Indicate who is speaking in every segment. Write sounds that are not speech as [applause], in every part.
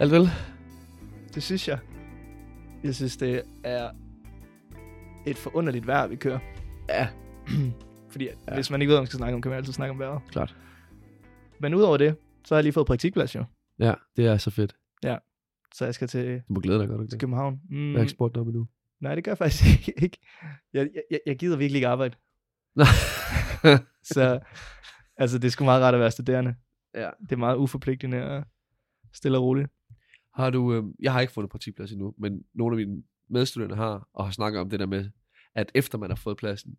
Speaker 1: Alvel?
Speaker 2: Det synes jeg. Jeg synes, det er et forunderligt vejr, vi kører.
Speaker 1: Ja.
Speaker 2: [clears throat] Fordi ja.
Speaker 1: Ja.
Speaker 2: hvis man ikke ved, hvad man skal snakke om, kan man altid snakke om vejret.
Speaker 1: Klart.
Speaker 2: Men udover det, så har jeg lige fået praktikplads jo.
Speaker 1: Ja, det er så fedt.
Speaker 2: Så jeg skal til
Speaker 1: Du må glæde dig godt, ikke?
Speaker 2: til
Speaker 1: det?
Speaker 2: København. Mm,
Speaker 1: Jeg har ikke spurgt dig om endnu.
Speaker 2: nej, det gør jeg faktisk [laughs] ikke. Jeg, jeg, jeg gider virkelig ikke arbejde.
Speaker 1: Nej. [laughs]
Speaker 2: Så altså, det er sgu meget rart at være studerende.
Speaker 1: Ja.
Speaker 2: Det er meget uforpligtende og stille og roligt.
Speaker 1: [laughs] Har du, øh, jeg har ikke fundet praktikplads endnu, men nogle af mine medstuderende har, og har snakket om det der med, at efter man har fået pladsen,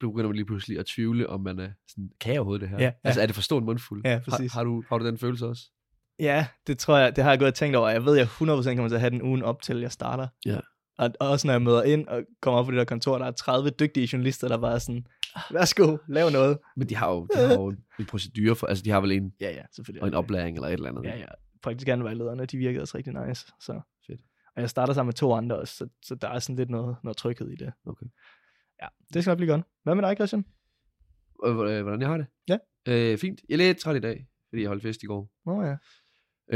Speaker 1: begynder man lige pludselig at tvivle, om man er sådan, kan jeg overhovedet det her?
Speaker 2: Ja, ja.
Speaker 1: Altså, er det for stor en mundfuld?
Speaker 2: Ja, præcis.
Speaker 1: har, har, du, har du den følelse også?
Speaker 2: Ja, det tror jeg, det har jeg gået og tænkt over. Jeg ved, at jeg 100% kommer til at have den ugen op til, jeg starter.
Speaker 1: Ja.
Speaker 2: Og, og også når jeg møder ind og kommer op på det der kontor, der er 30 dygtige journalister, der bare er sådan, værsgo, lav noget.
Speaker 1: Men de har jo, de har jo en, en procedure for, altså de har vel en,
Speaker 2: Ja, ja, selvfølgelig.
Speaker 1: og en oplæring eller et eller andet.
Speaker 2: Ja, ja. Praktikantvejlederne, de virkede også rigtig nice. Så.
Speaker 1: Fedt.
Speaker 2: Og jeg starter sammen med to andre også, så, så der er sådan lidt noget, noget tryghed i det.
Speaker 1: Okay.
Speaker 2: Ja, det skal nok blive godt. Hvad med dig, Christian?
Speaker 1: Og, øh, hvordan jeg har det?
Speaker 2: Ja.
Speaker 1: Øh, fint. Jeg er lidt træt i dag, fordi jeg holdt fest i går.
Speaker 2: Nå oh, ja.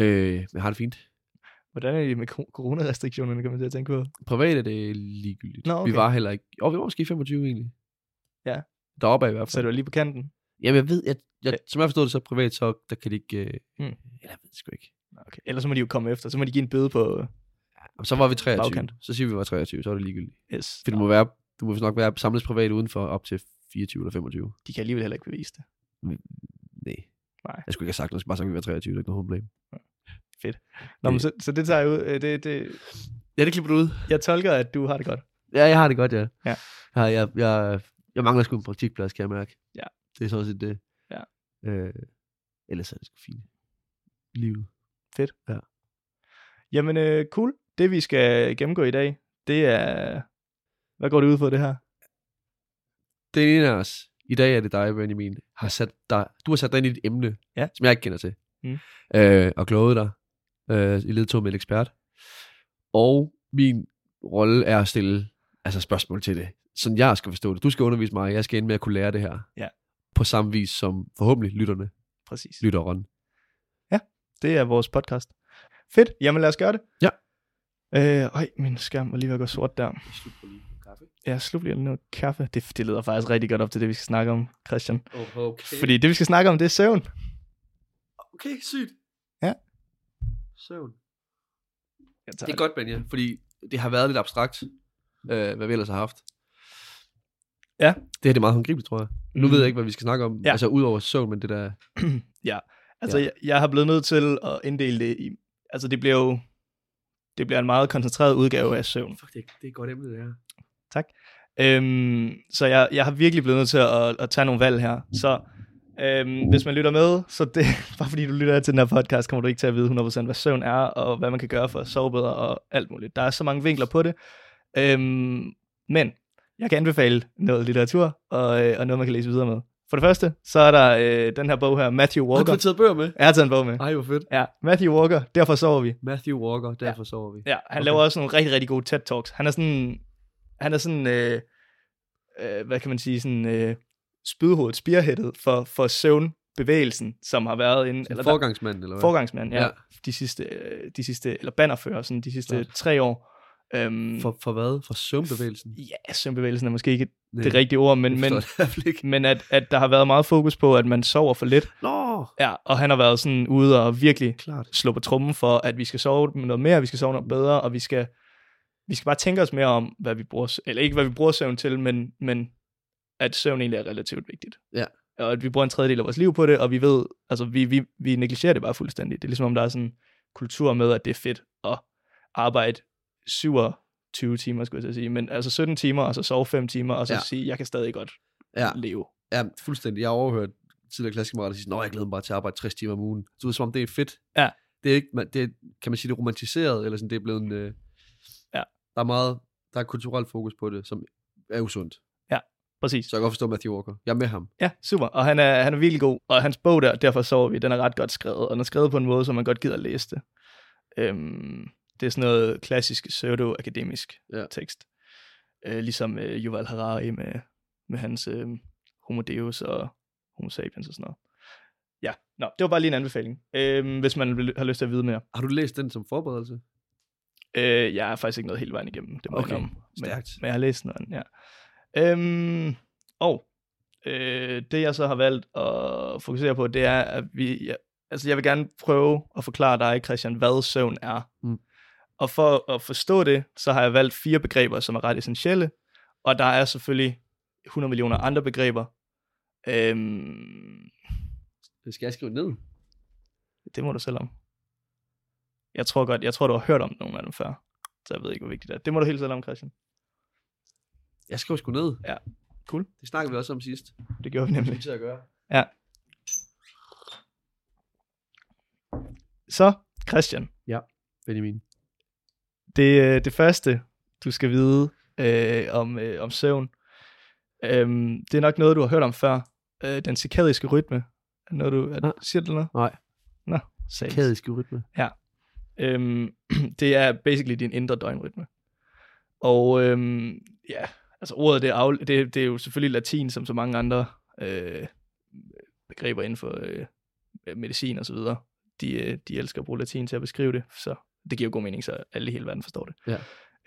Speaker 1: Øh, men jeg har det fint.
Speaker 2: Hvordan er det med ko- coronarestriktionerne, kan man til at tænke på?
Speaker 1: Privat er det ligegyldigt.
Speaker 2: Nå, okay.
Speaker 1: Vi var heller ikke... Jo, vi var måske 25 egentlig.
Speaker 2: Ja.
Speaker 1: Deroppe af i hvert
Speaker 2: Så
Speaker 1: fald.
Speaker 2: du er lige på kanten?
Speaker 1: Jamen, jeg ved, jeg, jeg,
Speaker 2: Ja.
Speaker 1: som jeg forstod det, så privat, så der kan de ikke... Øh,
Speaker 2: Mm.
Speaker 1: mm. Eller jeg ved det sgu ikke.
Speaker 2: Nå, Okay. Ellers så må de jo komme efter. Så må de give en bøde på
Speaker 1: Jamen, så var vi 23.
Speaker 2: Bagkant.
Speaker 1: Så siger vi, vi var 23, så er det ligegyldigt.
Speaker 2: S.
Speaker 1: For det må være, du må vist nok være samles privat udenfor op til 24 eller 25.
Speaker 2: de kan alligevel heller ikke bevise det.
Speaker 1: Nej.
Speaker 2: Nej.
Speaker 1: Jeg skulle ikke have sagt noget, bare så vi var 23, det er ikke noget problem.
Speaker 2: Nå, men
Speaker 1: Det-
Speaker 2: så, så det tager jeg ud. Øh, Det, det,
Speaker 1: Ja, det klipper du ud.
Speaker 2: jeg tolker, at du har det godt.
Speaker 1: Ja, jeg har det godt, ja.
Speaker 2: Ja.
Speaker 1: ja jeg, jeg, jeg mangler sgu en praktikplads, kan jeg mærke.
Speaker 2: Ja.
Speaker 1: Det er sådan set det.
Speaker 2: Ja.
Speaker 1: Øh, ellers er det sgu fint. Livet.
Speaker 2: Jamen, øh, cool. Det, vi skal gennemgå i dag, det er... Hvad går det ud på, det her?
Speaker 1: Den ene af os, i dag er det dig, Benjamin, har sat dig, du har sat dig ind i et emne,
Speaker 2: Ja.
Speaker 1: som jeg ikke kender til,
Speaker 2: Mm.
Speaker 1: øh, og kloget dig øh, i ledtog med en ekspert. Og min rolle er at stille altså spørgsmål til det, sådan jeg skal forstå det. Du skal undervise mig, jeg skal ende med at kunne lære det her.
Speaker 2: Ja.
Speaker 1: På samme vis som forhåbentlig lytterne,
Speaker 2: Præcis.
Speaker 1: lytteren.
Speaker 2: Det er vores podcast. Fedt. Jamen, lad os gøre det.
Speaker 1: Ja.
Speaker 2: Øh, øj, min skærm var lige ved at gå sort der.
Speaker 1: Kaffe.
Speaker 2: Jeg slutter lige noget kaffe. Det, det leder faktisk rigtig godt op til det, vi skal snakke om, Christian.
Speaker 1: Okay.
Speaker 2: Fordi det, vi skal snakke om, det er søvn.
Speaker 1: Okay, sygt.
Speaker 2: Ja.
Speaker 1: Søvn.
Speaker 2: Jeg
Speaker 1: Det er godt, Benja, fordi det har været lidt abstrakt, øh, hvad vi ellers har haft.
Speaker 2: Ja. Mm.
Speaker 1: Det her det er meget håndgribeligt, tror jeg. Nu ved jeg ikke, hvad vi skal snakke om,
Speaker 2: Ja.
Speaker 1: ja. altså udover søvn, men det der...
Speaker 2: Altså,
Speaker 1: Ja.
Speaker 2: jeg, jeg har blevet nødt til at inddele det i... Altså, det bliver jo... Det bliver en meget koncentreret udgave af søvn.
Speaker 1: Fuck, det er, det er et godt emne, det her.
Speaker 2: Øhm, så jeg, jeg har virkelig blevet nødt til at, at tage nogle valg her. Så øhm, hvis man lytter med, så det, [laughs] bare fordi du lytter til den her podcast, kommer du ikke til at vide 100% hvad søvn er, og hvad man kan gøre for at sove bedre og alt muligt. Der er så mange vinkler på det. Øhm, men jeg kan anbefale noget litteratur og, øh, og noget, man kan læse videre med. For det første, så er der øh, den her bog her, Matthew
Speaker 1: Har du Ah.
Speaker 2: Walker.
Speaker 1: har taget bøger med?
Speaker 2: Jeg har taget en bog med.
Speaker 1: Ej, hvor fedt.
Speaker 2: Ja, Matthew Walker, derfor sover vi.
Speaker 1: Matthew Walker, derfor ja. sover vi.
Speaker 2: Ja, han okay.
Speaker 1: Okay.
Speaker 2: laver også nogle rigtig, rigtig gode TED-talks. Han er sådan, han er sådan øh, øh, hvad kan man sige, sådan øh, spydhovedet, spearheadet for, for søvnbevægelsen, som har været en...
Speaker 1: Eller
Speaker 2: der-
Speaker 1: forgangsmanden, eller hvad?
Speaker 2: forgangsmand, ja, ja.
Speaker 1: Ja.
Speaker 2: De, sidste, øh, de sidste, eller bannerfører, sådan de sidste
Speaker 1: Klart.
Speaker 2: tre år. Øhm,
Speaker 1: For, for hvad? For søvnbevægelsen?
Speaker 2: Ja, søvnbevægelsen er måske ikke
Speaker 1: Nej,
Speaker 2: det rigtige ord, men, men,
Speaker 1: jeg forstår det i hvert fald ikke.
Speaker 2: men at, at der har været meget fokus på, at man sover for lidt.
Speaker 1: Nå,
Speaker 2: Ja, og han har været sådan ude og virkelig
Speaker 1: klart.
Speaker 2: slå på trummen for, at vi skal sove noget mere, vi skal sove noget bedre, og vi skal, vi skal bare tænke os mere om, hvad vi bruger, s- eller ikke hvad vi bruger søvn til, men, men at søvn egentlig er relativt vigtigt.
Speaker 1: Ja.
Speaker 2: Og at vi bruger en tredjedel af vores liv på det, og vi ved, altså vi, vi, vi negligerer det bare fuldstændig. Det er ligesom om, der er sådan en kultur med, at det er fedt at arbejde 27 timer, skulle jeg til at sige, men altså 17 timer, og så sove 5 timer, og så ja.
Speaker 1: Ja.
Speaker 2: sige, jeg kan stadig godt
Speaker 1: Ja.
Speaker 2: ja. leve.
Speaker 1: Ja, fuldstændig. Jeg har overhørt tidligere klassikammerater, der siger, at jeg glæder mig bare til at arbejde 60 timer om ugen. Så det er som om, det er fedt.
Speaker 2: Ja.
Speaker 1: Det er ikke, man, det er, kan man sige, det er romantiseret, eller sådan, det er blevet en... Øh,
Speaker 2: Ja.
Speaker 1: Der er meget, der er kulturelt fokus på det, som er usundt.
Speaker 2: Præcis.
Speaker 1: Så jeg kan godt forstå Matthew Walker. Jeg er med ham.
Speaker 2: Ja, super. Og han er, han er virkelig god. Og hans bog der, derfor sover vi, den er ret godt skrevet. Og den er skrevet på en måde, så man godt gider at læse det. Øhm, det er sådan noget klassisk pseudo-akademisk ja.
Speaker 1: Ja.
Speaker 2: tekst. Øh, ligesom øh, Yuval Harari med, med hans øh, Homo Deus og Homo Sapiens og sådan noget. Ja, nå, det var bare lige en anbefaling, øhm, hvis man vil- har lyst til at vide mere.
Speaker 1: Har du læst den som forberedelse?
Speaker 2: Øh, jeg er faktisk ikke nået hele vejen igennem, det må
Speaker 1: Okay,
Speaker 2: jeg om. Men,
Speaker 1: stærkt.
Speaker 2: men jeg har læst noget, ja. Øhm, og øh, det, jeg så har valgt at fokusere på, det er, at vi... Jeg, altså, jeg vil gerne prøve at forklare dig, Christian, hvad søvn er.
Speaker 1: Mm.
Speaker 2: Og for at forstå det, så har jeg valgt fire begreber, som er ret essentielle. Og der er selvfølgelig 100 millioner andre begreber. Øhm,
Speaker 1: Det skal jeg skrive ned.
Speaker 2: det må du selv om. Jeg tror godt, jeg tror, du har hørt om nogle af dem før. Så jeg ved ikke, hvor vigtigt det er. Det må du helt selv om, Christian.
Speaker 1: Jeg skriver sgu ned.
Speaker 2: Ja. Cool.
Speaker 1: Det snakkede vi også om sidst.
Speaker 2: Det gjorde vi nemlig.
Speaker 1: til at gøre.
Speaker 2: Så, Christian,
Speaker 1: Benjamin.
Speaker 2: det, øh, det første, du skal vide øh, om, øh, om søvn, øh, det er nok noget, du har hørt om før. Øh, den cirkadiske rytme. Er det noget, du, er,
Speaker 1: Nej.
Speaker 2: siger det noget?
Speaker 1: Nej.
Speaker 2: Nå, sagde
Speaker 1: Kadiske rytme.
Speaker 2: Øhm, [clears throat] det er basically din indre døgnrytme. Og øhm, ja, altså ordet, det er, af, det, det er jo selvfølgelig latin, som så mange andre øh, begreber inden for øh, medicin og så videre. De, øh, de elsker at bruge latin til at beskrive det, så det giver jo god mening, så alle i hele verden forstår det.
Speaker 1: Ja.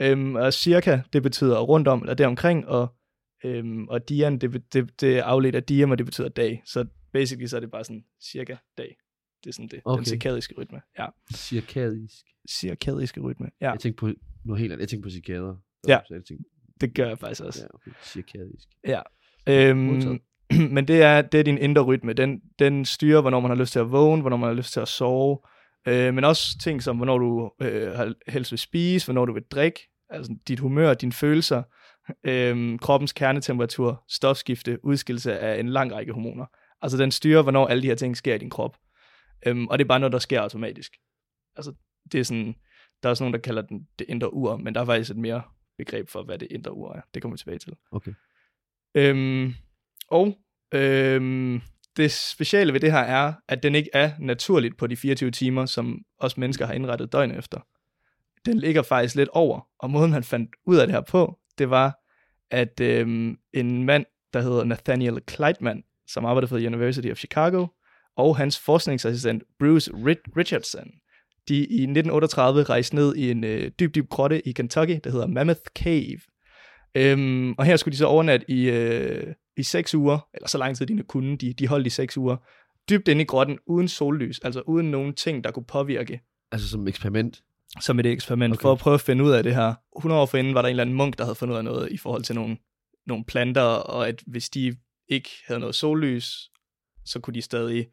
Speaker 2: Øhm, og cirka, det betyder rundt om, eller deromkring, og, øhm, og dian, det, be- det, det er afledt af diam, og det betyder dag. Så basically, så er det bare sådan cirka dag. Det er sådan det, okay.
Speaker 1: Okay.
Speaker 2: den cirkadiske rytme. Ja
Speaker 1: Cirkadisk.
Speaker 2: cirkadiske rytme. Ja,
Speaker 1: Jeg tænkte på noget helt andet. Jeg tænkte på cirkader.
Speaker 2: Ja.
Speaker 1: Så jeg tænkte,
Speaker 2: det gør jeg faktisk også.
Speaker 1: ja, okay. Cirkadisk.
Speaker 2: Øhm,
Speaker 1: Modtaget.
Speaker 2: [clears throat] men det er, det er din indre rytme. Den, den styrer, hvornår man har lyst til at vågne, hvornår man har lyst til at sove. Øh, men også ting som, hvornår du øh, har- helst vil spise, hvornår du vil drikke. Altså dit humør, dine følelser, øh, kroppens kernetemperatur, stofskifte, udskillelse af en lang række hormoner. Altså den styrer, hvornår alle de her ting sker i din krop. Øhm, og det er bare noget, der sker automatisk. Altså det er sådan, der er også nogen, der kalder den det indre ur, men der er faktisk et mere begreb for, hvad det indre ur er. Det kommer vi tilbage til.
Speaker 1: Okay.
Speaker 2: Øhm, og øhm, det speciale ved det her er, at den ikke er naturligt på de 24 timer, som os mennesker har indrettet døgnet efter. Den ligger faktisk lidt over, og måden han fandt ud af det her på, det var, at øhm, en mand, der hedder Nathaniel Kleitman, som arbejder for University of Chicago, og hans forskningsassistent Bruce Ri- Richardson, de i 1938 rejste ned i en øh, dyb, dyb grotte i Kentucky, der hedder Mammoth Cave. Øhm, og her skulle de så overnatte i, øh, i seks uger, eller så lang tid de nu kunne, de, de holdt i seks uger, dybt inde i grotten, uden sollys, altså uden nogen ting, der kunne påvirke
Speaker 1: Altså som eksperiment.
Speaker 2: som et eksperiment, okay.
Speaker 1: Okay.
Speaker 2: for at prøve at finde ud af det her. 100 år forinden var der en eller anden munk, der havde fundet ud af noget i forhold til nogle, nogle planter, og at hvis de ikke havde noget sollys, så kunne de stadig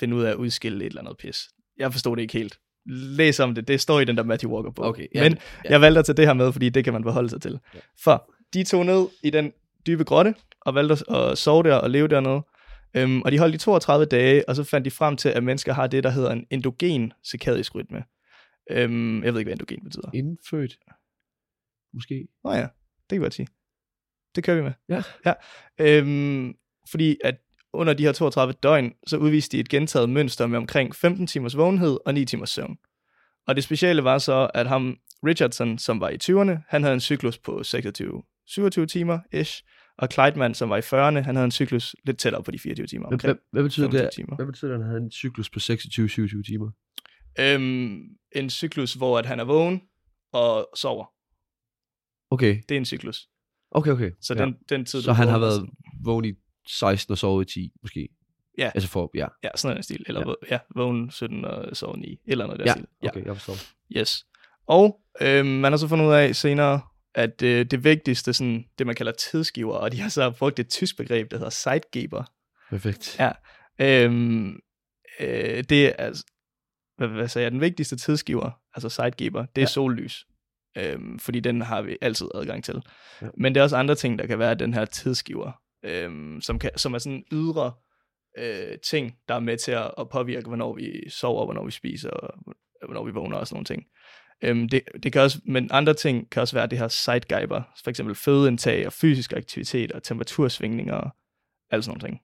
Speaker 2: finde ud af at udskille et eller andet pis. Jeg forstod det ikke helt. Læs om det. Det står i den der Matthew Walker bog.
Speaker 1: Okay, ja,
Speaker 2: Men
Speaker 1: ja.
Speaker 2: jeg valgte at tage det her med, fordi det kan man forholde sig til.
Speaker 1: Ja.
Speaker 2: For de tog ned i den dybe grotte, og valgte at sove der og leve dernede. Øhm, og de holdt i 32 dage, og så fandt de frem til, at mennesker har det, der hedder en endogen cirkadisk rytme. Øhm, jeg ved ikke, hvad endogen betyder.
Speaker 1: Indfødt. Måske.
Speaker 2: Nå ja, det kan jeg godt sige. Det kører vi med.
Speaker 1: Ja.
Speaker 2: ja. Øhm, fordi at under de her 32 døgn, så udviste de et gentaget mønster med omkring 15 timers vågenhed og 9 timers søvn. Og det speciale var så, at ham Richardson, som var i 20'erne, han havde en cyklus på 26-27 timer ish, og Kleitman, som var i 40'erne, han havde en cyklus lidt tættere på de 24 timer.
Speaker 1: Hvad,
Speaker 2: Omkring
Speaker 1: hvad, hvad betyder det?
Speaker 2: 25 timer.
Speaker 1: Hvad betyder det, at han havde en cyklus på 26-27 timer?
Speaker 2: Øhm, en cyklus, hvor at han er vågen og sover.
Speaker 1: Okay,
Speaker 2: Det er en cyklus.
Speaker 1: okay, okay.
Speaker 2: Så
Speaker 1: ja.
Speaker 2: den, den tid,
Speaker 1: så
Speaker 2: du
Speaker 1: han
Speaker 2: vågner,
Speaker 1: har været vågen i 16 og sovet i 10, måske?
Speaker 2: Ja.
Speaker 1: Altså for, ja.
Speaker 2: Ja, sådan en stil. Eller
Speaker 1: Ja.
Speaker 2: ja. ja, vågen 17 og sove 9. Et eller noget der
Speaker 1: Ja,
Speaker 2: stil.
Speaker 1: okay, jeg forstår.
Speaker 2: Yes. Og øh, man har så fundet ud af senere, at øh, det vigtigste, sådan, det man kalder tidsgiver, og de har så brugt et tysk begreb, der hedder Zeitgeber.
Speaker 1: Perfekt.
Speaker 2: Ja. Øhm, øh, det er, altså, hvad, hvad sagde jeg, den vigtigste tidsgiver, altså Zeitgeber, det er ja. sollys. Øhm, fordi den har vi altid adgang til.
Speaker 1: Ja.
Speaker 2: Ja. Men der er også andre ting, der kan være den her tidsgiver, øhm, som, kan, som er sådan ydre øh, ting, der er med til at, at påvirke, hvornår vi sover, hvornår vi spiser, og hvornår vi vågner og sådan nogle ting. Øhm, det, det kan også, men andre ting kan også være det her Zeitgeber, for eksempel fødeindtag og fysisk aktivitet og temperatursvingninger og alt sådan nogle ting.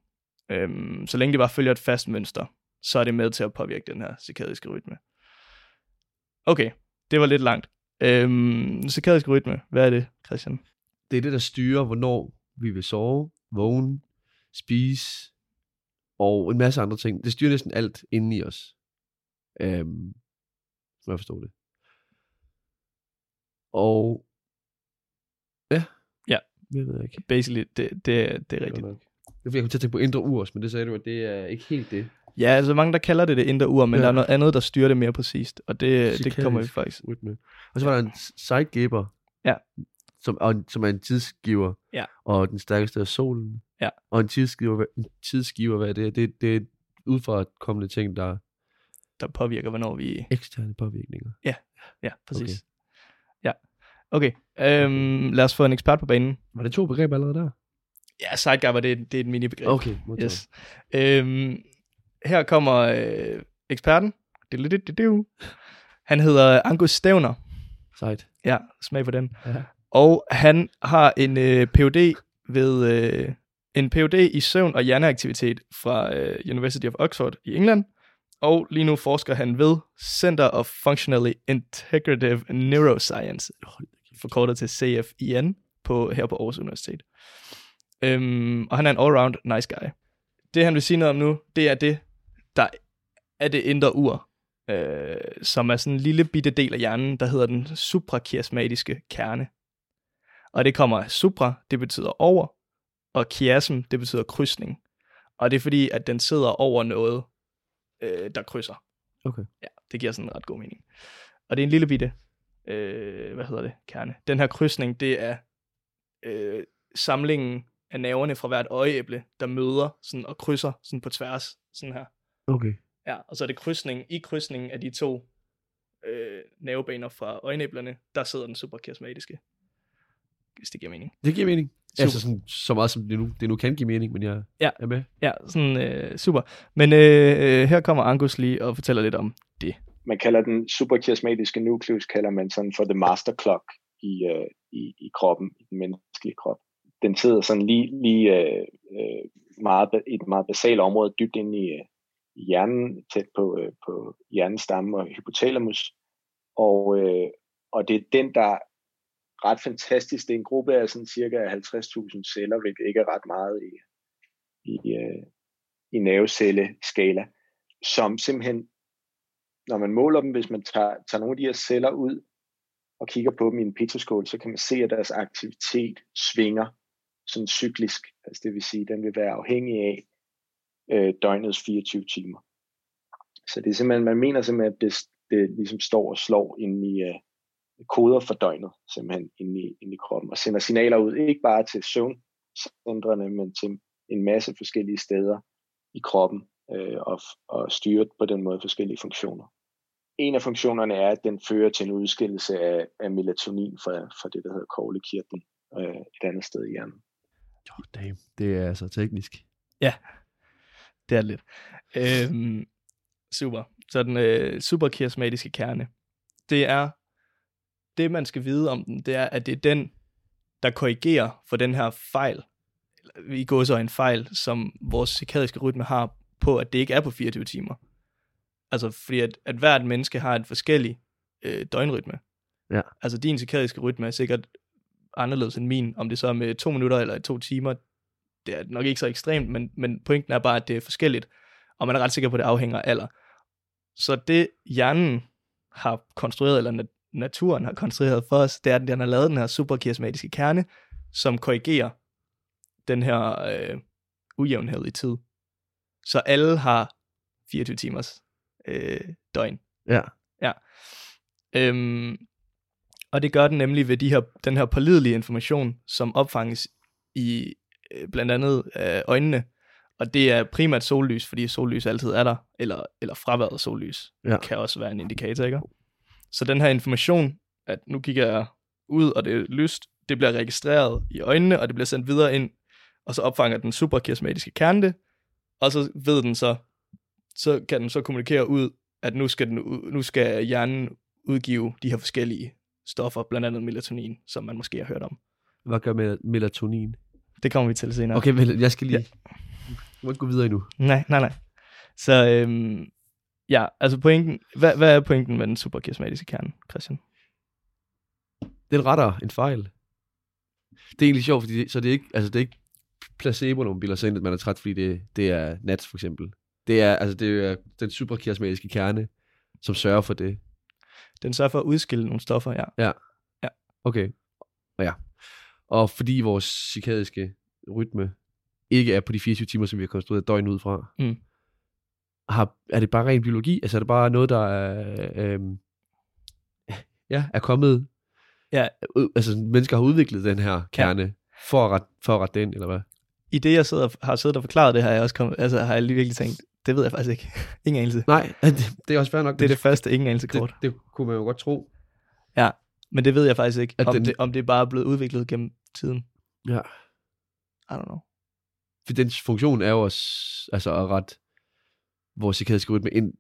Speaker 2: Øhm, så længe det bare følger et fast mønster, så er det med til at påvirke den her cirkadiske rytme. Okay, det var lidt langt. Øhm, cirkadisk rytme, hvad er det, Christian?
Speaker 1: Det er det, der styrer, hvornår vi vil sove, vågne, spise, og en masse andre ting. Det styrer næsten alt inden i os. Øhm, som jeg forstår det. Og ja.
Speaker 2: Ja.
Speaker 1: Det ved jeg ikke.
Speaker 2: Basically, det, det, det er
Speaker 1: Det
Speaker 2: rigtigt.
Speaker 1: var nok. Det er fordi, jeg kom til at tænke på indre urs, men det sagde du, at det er ikke helt det.
Speaker 2: Ja, altså mange, der kalder det det indre ur,
Speaker 1: Ja.
Speaker 2: men ja. der er noget andet, der styrer det mere præcist, og det, det
Speaker 1: Cirkadisk
Speaker 2: kommer vi faktisk.
Speaker 1: rytme. Og så var der en sidegiver,
Speaker 2: Ja.
Speaker 1: som, og, en- som er en tidsgiver,
Speaker 2: Ja.
Speaker 1: og den stærkeste er solen.
Speaker 2: Ja.
Speaker 1: Og en tidsgiver, en tidsgiver hvad er det? det? Det er ud fra kommende ting, der er
Speaker 2: Der påvirker, hvornår vi...
Speaker 1: eksterne påvirkninger.
Speaker 2: Ja, præcis. Okay. Ja, okay. Øhm, lad os få en ekspert på banen.
Speaker 1: Var det to begreber allerede der?
Speaker 2: Ja, sideguy var det, det er et mini-begreb.
Speaker 1: Okay, modtaget.
Speaker 2: Yes. Øhm, her kommer øh, eksperten. Du-du-du-du-du. Han hedder Angus Stævner.
Speaker 1: Sejt.
Speaker 2: Ja, smag på den.
Speaker 1: Ja.
Speaker 2: Og han har en øh, PhD ved øh, en PhD i søvn og hjerneaktivitet fra øh, University of Oxford i England. Og lige nu forsker han ved Center of Functionally Integrative Neuroscience, forkortet til CFIN, på, her på Aarhus Universitet. Øhm, og han er en allround nice guy. Det, han vil sige noget om nu, det er det, der er det indre ur, øh, som er sådan en lille bitte del af hjernen, der hedder den suprakiasmatiske kerne. Og det kommer af supra, det betyder over, og kiasm, det betyder krydsning. Og det er fordi, at den sidder over noget, øh, der krydser.
Speaker 1: Okay.
Speaker 2: Ja, det giver sådan ret god mening. Og det er en lille bitte, øh, hvad hedder det, kerne. Den her krydsning, det er øh, samlingen af nerverne fra hvert øjeæble, der møder sådan, og krydser sådan på tværs, sådan her.
Speaker 1: Okay.
Speaker 2: Ja, og så er det krydsningen, i krydsningen af de to øh, nervebaner fra øjenæblerne, der sidder den superkiasmatiske. Hvis det giver mening.
Speaker 1: Det giver mening.
Speaker 2: Super.
Speaker 1: Altså sådan, så meget som det nu, det nu kan give mening, men jeg
Speaker 2: Ja.
Speaker 1: er med.
Speaker 2: Ja, sådan øh, super. Men øh, øh, her kommer Angus lige og fortæller lidt om.
Speaker 3: man kalder den superkiasmatiske nucleus, kalder man sådan for the master clock i, øh, i, i kroppen, i den menneskelige krop. Den sidder sådan lige, lige øh, øh, meget, ba- i et meget basalt område, dybt inde i, øh, i hjernen, tæt på, øh, på hjernestammen og hypotalamus. Og, øh, og det er den, der er ret fantastisk. Det er en gruppe af sådan cirka 50.000 celler, hvilket ikke er ret meget i, i, øh, i nervecelleskala, som simpelthen når man måler dem, hvis man tager, tager nogle af de her celler ud og kigger på dem i en petriskål, så kan man se, at deres aktivitet svinger sådan cyklisk. Altså det vil sige, at den vil være afhængig af øh, døgnets 24 timer. Så det er simpelthen, man mener simpelthen, at det, det ligesom står og slår inde i øh, koder for døgnet, simpelthen inde i, inde i kroppen, og sender signaler ud, ikke bare til søvncentrene, men til en masse forskellige steder i kroppen, øh, og, f- og styre på den måde forskellige funktioner. En af funktionerne er, at den fører til en udskillelse af, af melatonin fra, fra det, der hedder koglekirtlen øh, et andet sted i hjernen.
Speaker 1: Oh, damn. Det er altså teknisk.
Speaker 2: Det er det lidt. Øhm, super. Så den øh, superkiasmatiske kerne. Det er, det man skal vide om den, det er, at det er den, der korrigerer for den her fejl, eller i går så en fejl, som vores cirkadiske rytme har på, at det ikke er på 24 timer. Altså fordi, at, at hvert menneske har en forskellig øh, døgnrytme.
Speaker 1: Ja.
Speaker 2: Altså din cirkadiske rytme er sikkert anderledes end min, om det så er med to minutter eller to timer, det er nok ikke så ekstremt, men, men pointen er bare, at det er forskelligt, og man er ret sikker på, at det afhænger af alder. Så det hjernen har konstrueret, eller nat- naturen har konstrueret for os, det er, at den har lavet den her superkiasmatiske kerne, som korrigerer den her øh, ujævnhed i tid. Så alle har 24 timers øh, døgn.
Speaker 1: Ja.
Speaker 2: Ja. Øhm, og det gør den nemlig ved de her, den her pålidelige information, som opfanges i øh, blandt andet øh, øjnene. Og det er primært sollys, fordi sollys altid er der, eller, eller fraværet af sollys
Speaker 1: Ja.
Speaker 2: kan også være en indikator, ikke? Så den her information, at nu kigger jeg ud, og det er lyst, det bliver registreret i øjnene, og det bliver sendt videre ind, og så opfanger den suprakiasmatiske kerne det, og så ved den så, så kan den så kommunikere ud, at nu skal, den, u- nu skal hjernen udgive de her forskellige stoffer, blandt andet melatonin, som man måske har hørt om.
Speaker 1: Hvad gør med melatonin?
Speaker 2: Det kommer vi til senere.
Speaker 1: Okay, vel, jeg skal lige... Du må ikke gå videre endnu.
Speaker 2: Nej, nej, nej. Så øhm, ja, altså pointen, hvad, hvad er pointen med den superkiasmatiske kerne, Christian?
Speaker 1: Den retter en fejl. Det er egentlig sjovt, fordi det, så det er ikke, altså det er ikke placebo, når man bilder sig ind, at man er træt, fordi det, det er nat, for eksempel. Det er, altså, det er den suprachiasmatiske kerne, som sørger for det.
Speaker 2: Den sørger for at udskille nogle stoffer, ja.
Speaker 1: Okay. Og ja. Og fordi vores cirkadiske rytme ikke er på de 24 timer, som vi har konstrueret døgn ud fra,
Speaker 2: Mm.
Speaker 1: har, er det bare ren biologi? Altså er det bare noget, der er, øh, ja, er kommet...
Speaker 2: Ja.
Speaker 1: ud- altså mennesker har udviklet den her kerne ja. for, at ret, for at rette den, eller hvad?
Speaker 2: I det, jeg sidder, og- har siddet og forklaret det, har jeg også kommet, altså, har jeg lige virkelig tænkt, det ved jeg faktisk ikke. [laughs] ingen anelse.
Speaker 1: Nej, [laughs] det, det er også fair nok.
Speaker 2: Det er det første ingen anelse kort.
Speaker 1: det, det kunne man jo godt tro.
Speaker 2: Men det ved jeg faktisk ikke,
Speaker 1: At
Speaker 2: om,
Speaker 1: den-
Speaker 2: det, om det bare er blevet udviklet gennem tiden.
Speaker 1: Ja.
Speaker 2: I don't know.
Speaker 1: For dens funktion er jo også altså at rette vores cirkadiske rytme ind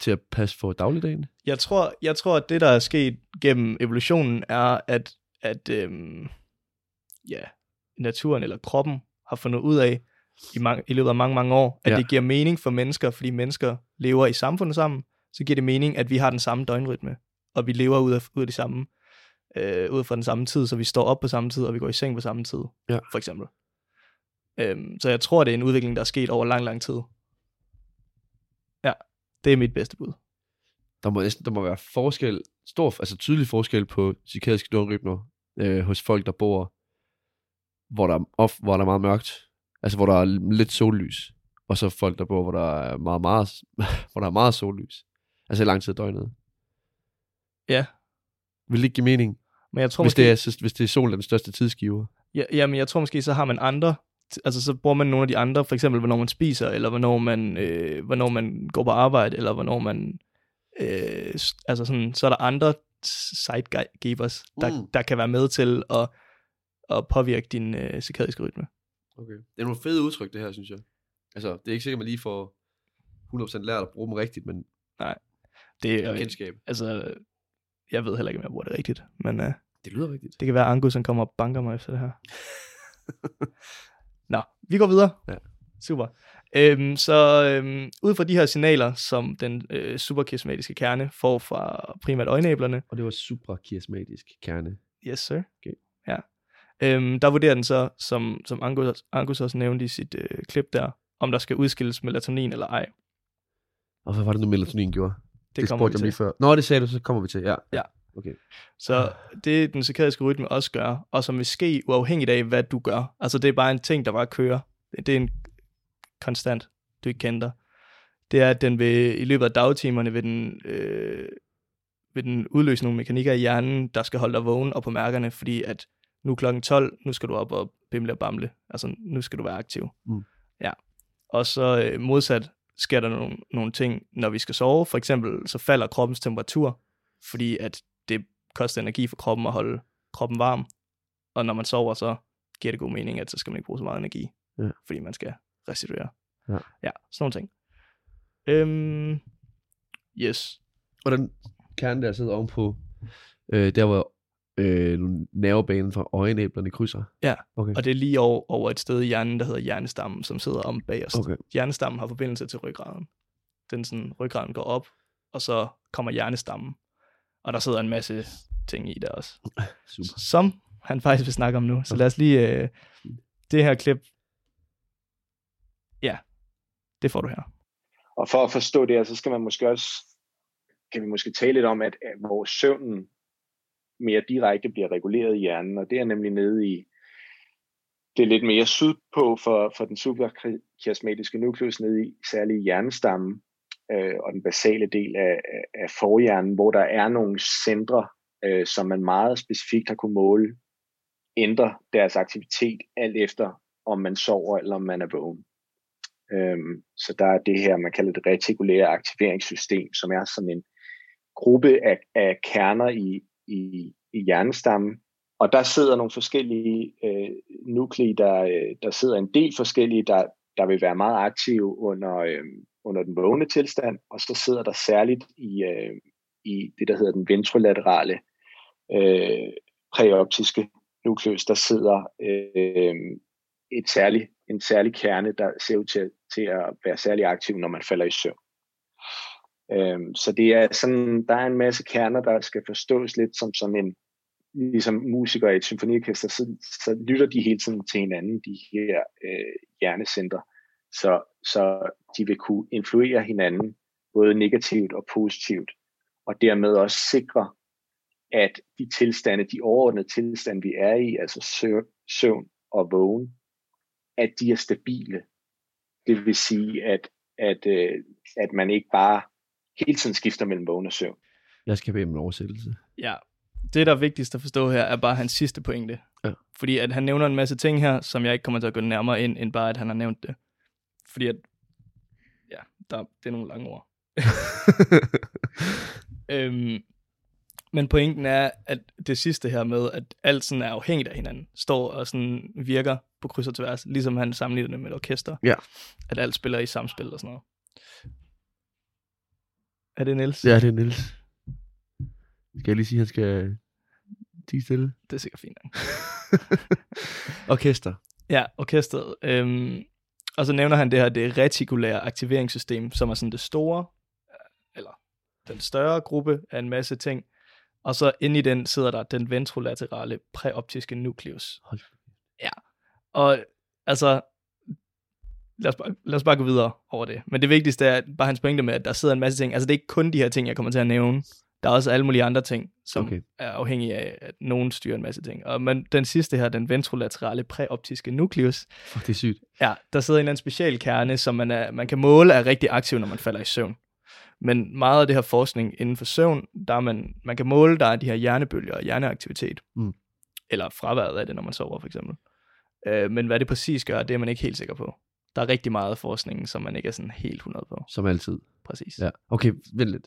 Speaker 1: til at passe for dagligdagen.
Speaker 2: Jeg tror, jeg tror, at det, der er sket gennem evolutionen, er, at, at øhm, ja, naturen eller kroppen har fundet ud af i, mange, i løbet af mange, mange år, at
Speaker 1: Ja.
Speaker 2: ja. det giver mening for mennesker, fordi mennesker lever i samfundet sammen, så giver det mening, at vi har den samme døgnrytme, og vi lever ud af, ud af de samme, øh, ud fra den samme tid, så vi står op på samme tid, og vi går i seng på samme tid,
Speaker 1: Ja.
Speaker 2: for eksempel. Øhm, så jeg tror, det er en udvikling, der er sket over lang, lang tid. Ja, det er mit bedste bud.
Speaker 1: der må, næsten- der må være forskel, stor, altså tydelig forskel på psykiatriske døgnrytmer øh, hos folk, der bor, hvor der, er of, hvor der er meget mørkt, altså hvor der er lidt sollys, og så folk, der bor, hvor der er meget, meget, [laughs] hvor der er meget sollys, altså i lang tid af døgnet.
Speaker 2: Ja.
Speaker 1: Vil det ikke give mening,
Speaker 2: Men jeg tror,
Speaker 1: hvis
Speaker 2: måske-
Speaker 1: det, er, hvis det er solen, der er den største tidsgiver?
Speaker 2: Ja, jamen, jeg tror måske, så har man andre, altså så bruger man nogle af de andre, for eksempel, hvornår man spiser, eller hvornår man, øh, hvornår man går på arbejde, eller hvornår man, øh, s- altså sådan, så er der andre sidekeepers, der,
Speaker 1: Mm.
Speaker 2: mm. der kan være med til at, at påvirke din øh, cirkadiske rytme.
Speaker 1: Okay. Det er nogle fede udtryk, det her, synes jeg. Altså, det er ikke sikkert, man lige får 100% lært at bruge dem rigtigt, men
Speaker 2: Det
Speaker 1: det er
Speaker 2: er,
Speaker 1: kendskab.
Speaker 2: altså, jeg ved heller ikke, om jeg bruger det rigtigt, men øh,
Speaker 1: Det lyder rigtigt.
Speaker 2: det kan være, at Angus han kommer og banker mig efter det her. Nå, vi går videre.
Speaker 1: Ja.
Speaker 2: Super. Øhm, så øhm, ud fra de her signaler, som den øh, superkismatiske kerne får fra primært øjenæblerne,
Speaker 1: Og det var suprachiasmatisk kerne.
Speaker 2: yes sir,
Speaker 1: Okay.
Speaker 2: ja, øhm, der vurderer den så, som, som Angus, Angus også nævnte i sit øh, klip der, om der skal udskilles melatonin eller ej. Det,
Speaker 1: Og hvad var det nu, melatonin gjorde? det
Speaker 2: kommer
Speaker 1: spurgte
Speaker 2: vi
Speaker 1: jeg
Speaker 2: til.
Speaker 1: lige før. Nå, det sagde du, så kommer vi til, ja.
Speaker 2: Så det den cirkadiske rytme også gør, og som vil ske uafhængigt af, hvad du gør. Altså det er bare en ting, der bare kører. Det er en konstant, du ikke kender. Det er, at den vil, i løbet af dagtimerne vil den, øh, vil den udløse nogle mekanikker i hjernen, der skal holde dig vågen og på mærkerne, fordi at nu er klokken 12, nu skal du op og bimle og bamle. Altså nu skal du være aktiv.
Speaker 1: Mm.
Speaker 2: Ja. Og så øh, modsat sker der nogle, nogle ting, når vi skal sove. For eksempel så falder kroppens temperatur, fordi at det koster energi for kroppen at holde kroppen varm. Og når man sover, så giver det god mening, at så skal man ikke bruge så meget energi,
Speaker 1: Ja.
Speaker 2: fordi man skal restituere.
Speaker 1: Ja.
Speaker 2: ja sådan nogle ting. Øhm, yes.
Speaker 1: Og den kerne der sidder ovenpå, øh, der hvor øh, nogle nervebanen fra øjenæblerne krydser.
Speaker 2: Ja.
Speaker 1: Okay.
Speaker 2: Og det er lige over, over et sted i hjernen, der hedder hjernestammen, som sidder om bag os.
Speaker 1: okay. [laughs]
Speaker 2: Hjernestammen har forbindelse til ryggraden. Den sådan, ryggraden går op, og så kommer hjernestammen. Og der sidder en masse ting i der også.
Speaker 1: Super.
Speaker 2: som han faktisk vil snakke om nu. Så lad os lige... Øh, det her klip... Ja, det får du her.
Speaker 3: Og for at forstå det her, så skal man måske også, kan vi måske tale lidt om, at, at vores søvnen mere direkte bliver reguleret i hjernen, og det er nemlig nede i det er lidt mere sydpå for, for den suprachiasmatiske nukleus nede i, særligt i hjernestammen øh, og den basale del af, af- af forhjernen, hvor der er nogle centre, øh, som man meget specifikt har kunne måle, ændrer deres aktivitet alt efter, om man sover eller om man er vågen. Øhm, så der er det her, man kalder det retikulære aktiveringssystem, som er sådan en gruppe af, af kerner i, i, i hjernestammen. Og der sidder nogle forskellige øh, nuklei, der, øh, der sidder en del forskellige, der, der vil være meget aktive under, øh, under den vågne tilstand, og så sidder der særligt i, øh, i det, der hedder den ventrolaterale øh, præoptiske nukleus, der sidder øh, et særlig, en særlig kerne, der ser ud til, til at være særlig aktiv, når man falder i søvn. Øhm, så det er sådan, der er en masse kerner, der skal forstås lidt som sådan en ligesom musikere i et symfoniorkester, så, så lytter de hele tiden til hinanden, de her øh, hjernecenter. Så, så de vil kunne influere hinanden, både negativt og positivt, og dermed også sikre, at de tilstande, de overordnede tilstande, vi er i, altså søvn, søvn og vågen, at de er stabile. Det vil sige, at, at, øh, at man ikke bare hele tiden skifter mellem vågen og søvn.
Speaker 1: Jeg skal bede om en
Speaker 2: [laughs]
Speaker 1: oversættelse.
Speaker 2: Ja, det der er vigtigst at forstå her, er bare hans sidste pointe.
Speaker 1: Ja.
Speaker 2: Fordi at han nævner en masse ting her, som jeg ikke kommer til at gå nærmere ind, end bare at han har nævnt det. Fordi at, ja, der, det er nogle lange ord. øhm, men pointen er, at det sidste her med, at alt sådan er afhængigt af hinanden, står og sådan virker på kryds og tværs, ligesom han sammenligner det med et orkester.
Speaker 1: Ja.
Speaker 2: At alt spiller i samspil og sådan noget. Er det Niels?
Speaker 1: ja, det er Niels. Skal jeg lige sige, at han skal tige
Speaker 2: [laughs]
Speaker 1: stille?
Speaker 2: Det er sikkert fint. nok.
Speaker 1: Orkester.
Speaker 2: Ja, orkestret. Øhm, og så nævner han det her, det retikulære aktiveringssystem, som er sådan det store, øh, eller den større gruppe af en masse ting. Og så inde i den sidder der den ventrolaterale præoptiske nukleus.
Speaker 1: Hold
Speaker 2: Ja, og altså, lad os, bare, lad os bare gå videre over det. Men det vigtigste er bare hans pointe med, at der sidder en masse ting. Altså det er ikke kun de her ting, jeg kommer til at nævne. Der er også alle mulige andre ting, som
Speaker 1: Okay.
Speaker 2: er afhængig af, at nogen styrer en masse ting. Og men den sidste her, den ventrolaterale præoptiske nukleus,
Speaker 1: Fuck, det er sygt.
Speaker 2: Ja, der sidder en eller anden speciel kerne, som man, er, man kan måle er rigtig aktiv, når man falder i søvn. Men meget af det her forskning inden for søvn, der er man, man kan måle, der er de her hjernebølger og hjerneaktivitet.
Speaker 1: Mm.
Speaker 2: Eller fraværet af det, når man sover, for eksempel. Øh, men hvad det præcis gør, det er man ikke helt sikker på. Der er rigtig meget af forskningen, som man ikke er sådan helt 100 på,
Speaker 1: Som altid.
Speaker 2: præcis.
Speaker 1: Ja. Okay, vent lidt.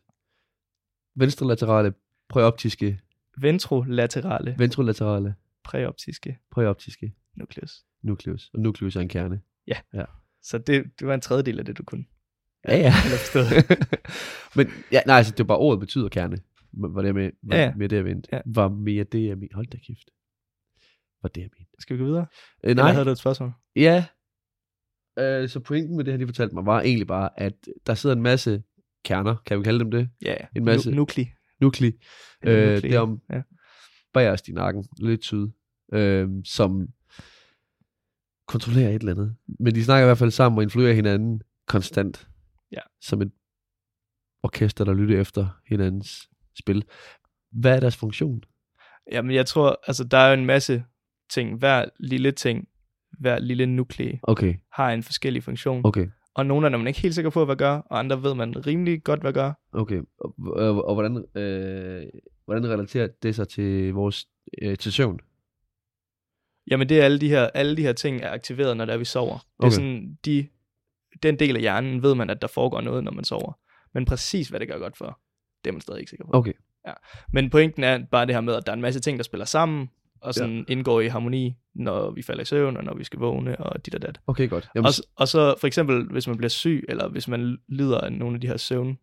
Speaker 1: Venstrelaterale, præoptiske,
Speaker 2: Ventrolaterale,
Speaker 1: ventrolaterale,
Speaker 2: præoptiske
Speaker 1: præoptiske,
Speaker 2: nukleus.
Speaker 1: nukleus. Og nukleus er en kerne.
Speaker 2: Så det, det var en tredjedel af det, du kunne.
Speaker 1: Ja, ja.
Speaker 2: [laughs] Eller forstået.
Speaker 1: [laughs] Men ja, nej, altså, det var bare ordet betyder kerne. M- Var det med, var
Speaker 2: Ja, ja.
Speaker 1: mere det, jeg mente.
Speaker 2: Ja.
Speaker 1: Var mere det, jeg mente. Hold da kæft. Var det, jeg mente.
Speaker 2: Skal vi gå videre?
Speaker 1: Øh,
Speaker 2: Eller
Speaker 1: nej,
Speaker 2: havde du et spørgsmål?
Speaker 1: Ja. Øh, så pointen med det, han lige fortalte mig, var egentlig bare, at der sidder en masse kerner, kan vi kalde dem det,
Speaker 2: Ja,
Speaker 1: En masse-
Speaker 2: Nu, nukli.
Speaker 1: nukli,
Speaker 2: Eller
Speaker 1: øh,
Speaker 2: nukleer,
Speaker 1: derom
Speaker 2: ja.
Speaker 1: ja. bagerst i nakken, lidt syd, øh, som kontrollerer et eller andet. Men de snakker i hvert fald sammen og influerer hinanden konstant.
Speaker 2: Ja.
Speaker 1: Som et orkester, der lytter efter hinandens spil. Hvad er deres funktion?
Speaker 2: Jamen, jeg tror, altså, der er jo en masse ting. Hver lille ting, hver lille nukle
Speaker 1: Okay,
Speaker 2: har en forskellig funktion. Okay.
Speaker 1: okay,
Speaker 2: Og nogle af dem er man ikke helt sikker på, hvad gør, og andre ved man rimelig godt, hvad gør.
Speaker 1: okay. Og, og, og hvordan, øh, hvordan relaterer det sig til vores øh, til søvn?
Speaker 2: Jamen, det er alle de her, alle de her ting er aktiveret, når der vi sover. Det er
Speaker 1: Okay.
Speaker 2: sådan, de, den del af hjernen ved man, at der foregår noget, når man sover. Men præcis, hvad det gør godt for, det er man stadig ikke sikker på.
Speaker 1: Okay.
Speaker 2: Ja. Men pointen er bare det her med, at der er en masse ting, der spiller sammen, og sådan ja. indgår i harmoni, når vi falder i søvn, og når vi skal vågne, og dit og dat.
Speaker 1: Okay, godt. Jamen,
Speaker 2: Og, s- og så for eksempel, hvis man bliver syg, eller hvis man lider af nogle af de her søvn,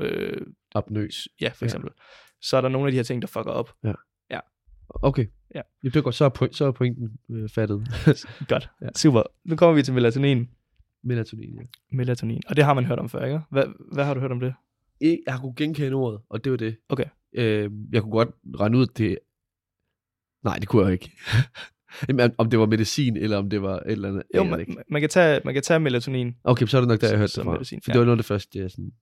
Speaker 2: øh,
Speaker 1: apnø.
Speaker 2: ja, for
Speaker 1: Ja.
Speaker 2: eksempel, ja. så er der nogle af de her ting, der fucker
Speaker 1: [laughs]
Speaker 2: op.
Speaker 1: Okay.
Speaker 2: Ja.
Speaker 1: Jamen, det er godt. Så er, point, så er pointen øh, fattet.
Speaker 2: Godt, ja.
Speaker 1: Ja.
Speaker 2: super. Nu kommer vi til melatonin.
Speaker 1: [laughs] Melatonin, ja.
Speaker 2: Melatonin, og det har man hørt om før, ikke? Hvad, hvad har du hørt om det?
Speaker 1: Jeg, jeg har kunnet genkende ordet, og det var det.
Speaker 2: Okay.
Speaker 1: Øh, jeg kunne godt regne ud, at det... Nej, det kunne jeg ikke. [laughs] Jamen, om det var medicin, eller om det var et eller andet.
Speaker 2: Jo,
Speaker 1: aner det
Speaker 2: man,
Speaker 1: ikke.
Speaker 2: man, kan tage, man kan tage melatonin.
Speaker 1: Okay, så er det nok der, jeg hørte
Speaker 2: som
Speaker 1: det fra.
Speaker 2: medicin,
Speaker 1: For
Speaker 2: ja.
Speaker 1: det var noget af det første, jeg sådan...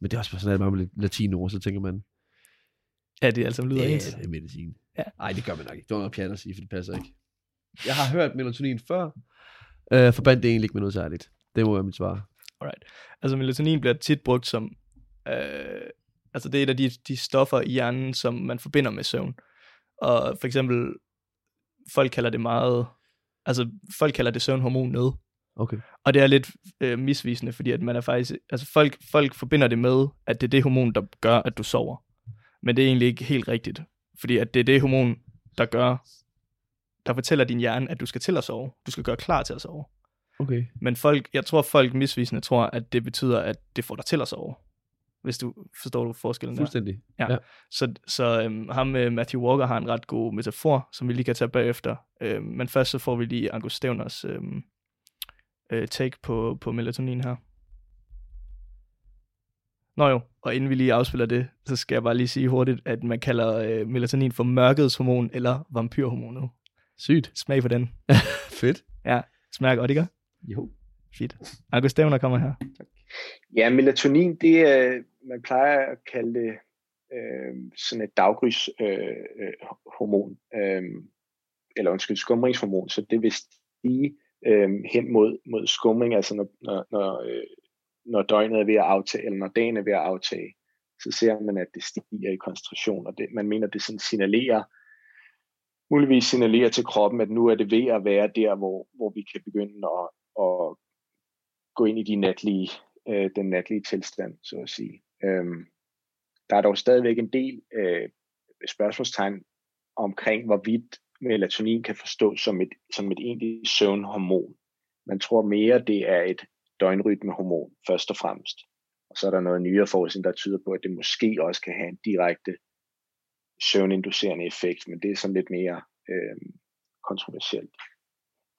Speaker 1: Men det er også bare sådan, at man med lidt latinord, så tænker man,
Speaker 2: Ja, det er alt sammen lyder
Speaker 1: ja,
Speaker 2: ens.
Speaker 1: det er medicin.
Speaker 2: Ja.
Speaker 1: Nej, det gør man nok ikke. Det var noget pjat at sige, for det passer
Speaker 2: [laughs]
Speaker 1: ikke. Jeg har hørt melatonin før. Øh, forbandt det egentlig ikke med noget særligt. Det må være mit svar.
Speaker 2: Alright. Altså melatonin bliver tit brugt som, øh, altså det er et af de, de stoffer i hjernen, som man forbinder med søvn. Og for eksempel, folk kalder det meget, altså folk kalder det søvnhormon ned.
Speaker 1: Okay.
Speaker 2: Og det er lidt øh, misvisende, fordi at man er faktisk, altså folk, folk forbinder det med, at det er det hormon, der gør, at du sover. Men det er egentlig ikke helt rigtigt, fordi at det er det hormon, der gør, der fortæller din hjerne, at du skal til at sove. Du skal gøre klar til at sove.
Speaker 1: Okay.
Speaker 2: Men folk, jeg tror, folk misvisende tror, at det betyder, at det får dig til at sove. Hvis du forstår du forskellen der.
Speaker 1: Fuldstændig.
Speaker 2: Så, så øhm, ham med Matthew Walker har en ret god metafor, som vi lige kan tage bagefter. Øhm, men først så får vi lige Angus Stævners øhm, øh, take på, på melatonin her. Nå jo, og inden vi lige afspiller det, så skal jeg bare lige sige hurtigt, at man kalder øh, melatonin for mørkets hormon eller vampyrhormonet.
Speaker 1: Sygt.
Speaker 2: Smag på den.
Speaker 1: Fedt.
Speaker 2: Smager godt, ikke?
Speaker 1: Jo.
Speaker 2: Fedt. August Stævner kommer her.
Speaker 3: Ja, melatonin, det er, man plejer at kalde det øh, sådan et daggrydshormon, øh, øh, hormon, øh, eller undskyld, skumringshormon, så det vil stige øh, hen mod, mod skumring, altså når, når, når, øh, når døgnet er ved at aftage, eller når dagen er ved at aftage, så ser man, at det stiger i koncentration, og det, man mener, det sådan signalerer, muligvis signalerer til kroppen, at nu er det ved at være der, hvor, hvor vi kan begynde at, at gå ind i de natlige øh, den natlige tilstand, så at sige. Øhm, der er dog stadigvæk en del øh, spørgsmålstegn omkring, hvorvidt melatonin kan forstås som et, som et egentligt søvnhormon. Man tror mere, det er et døgnrytmehormon, først og fremmest. Og så er der noget nyere forskning, der tyder på, at det måske også kan have en direkte søvninducerende effekt, men det er sådan lidt mere øh, kontroversielt.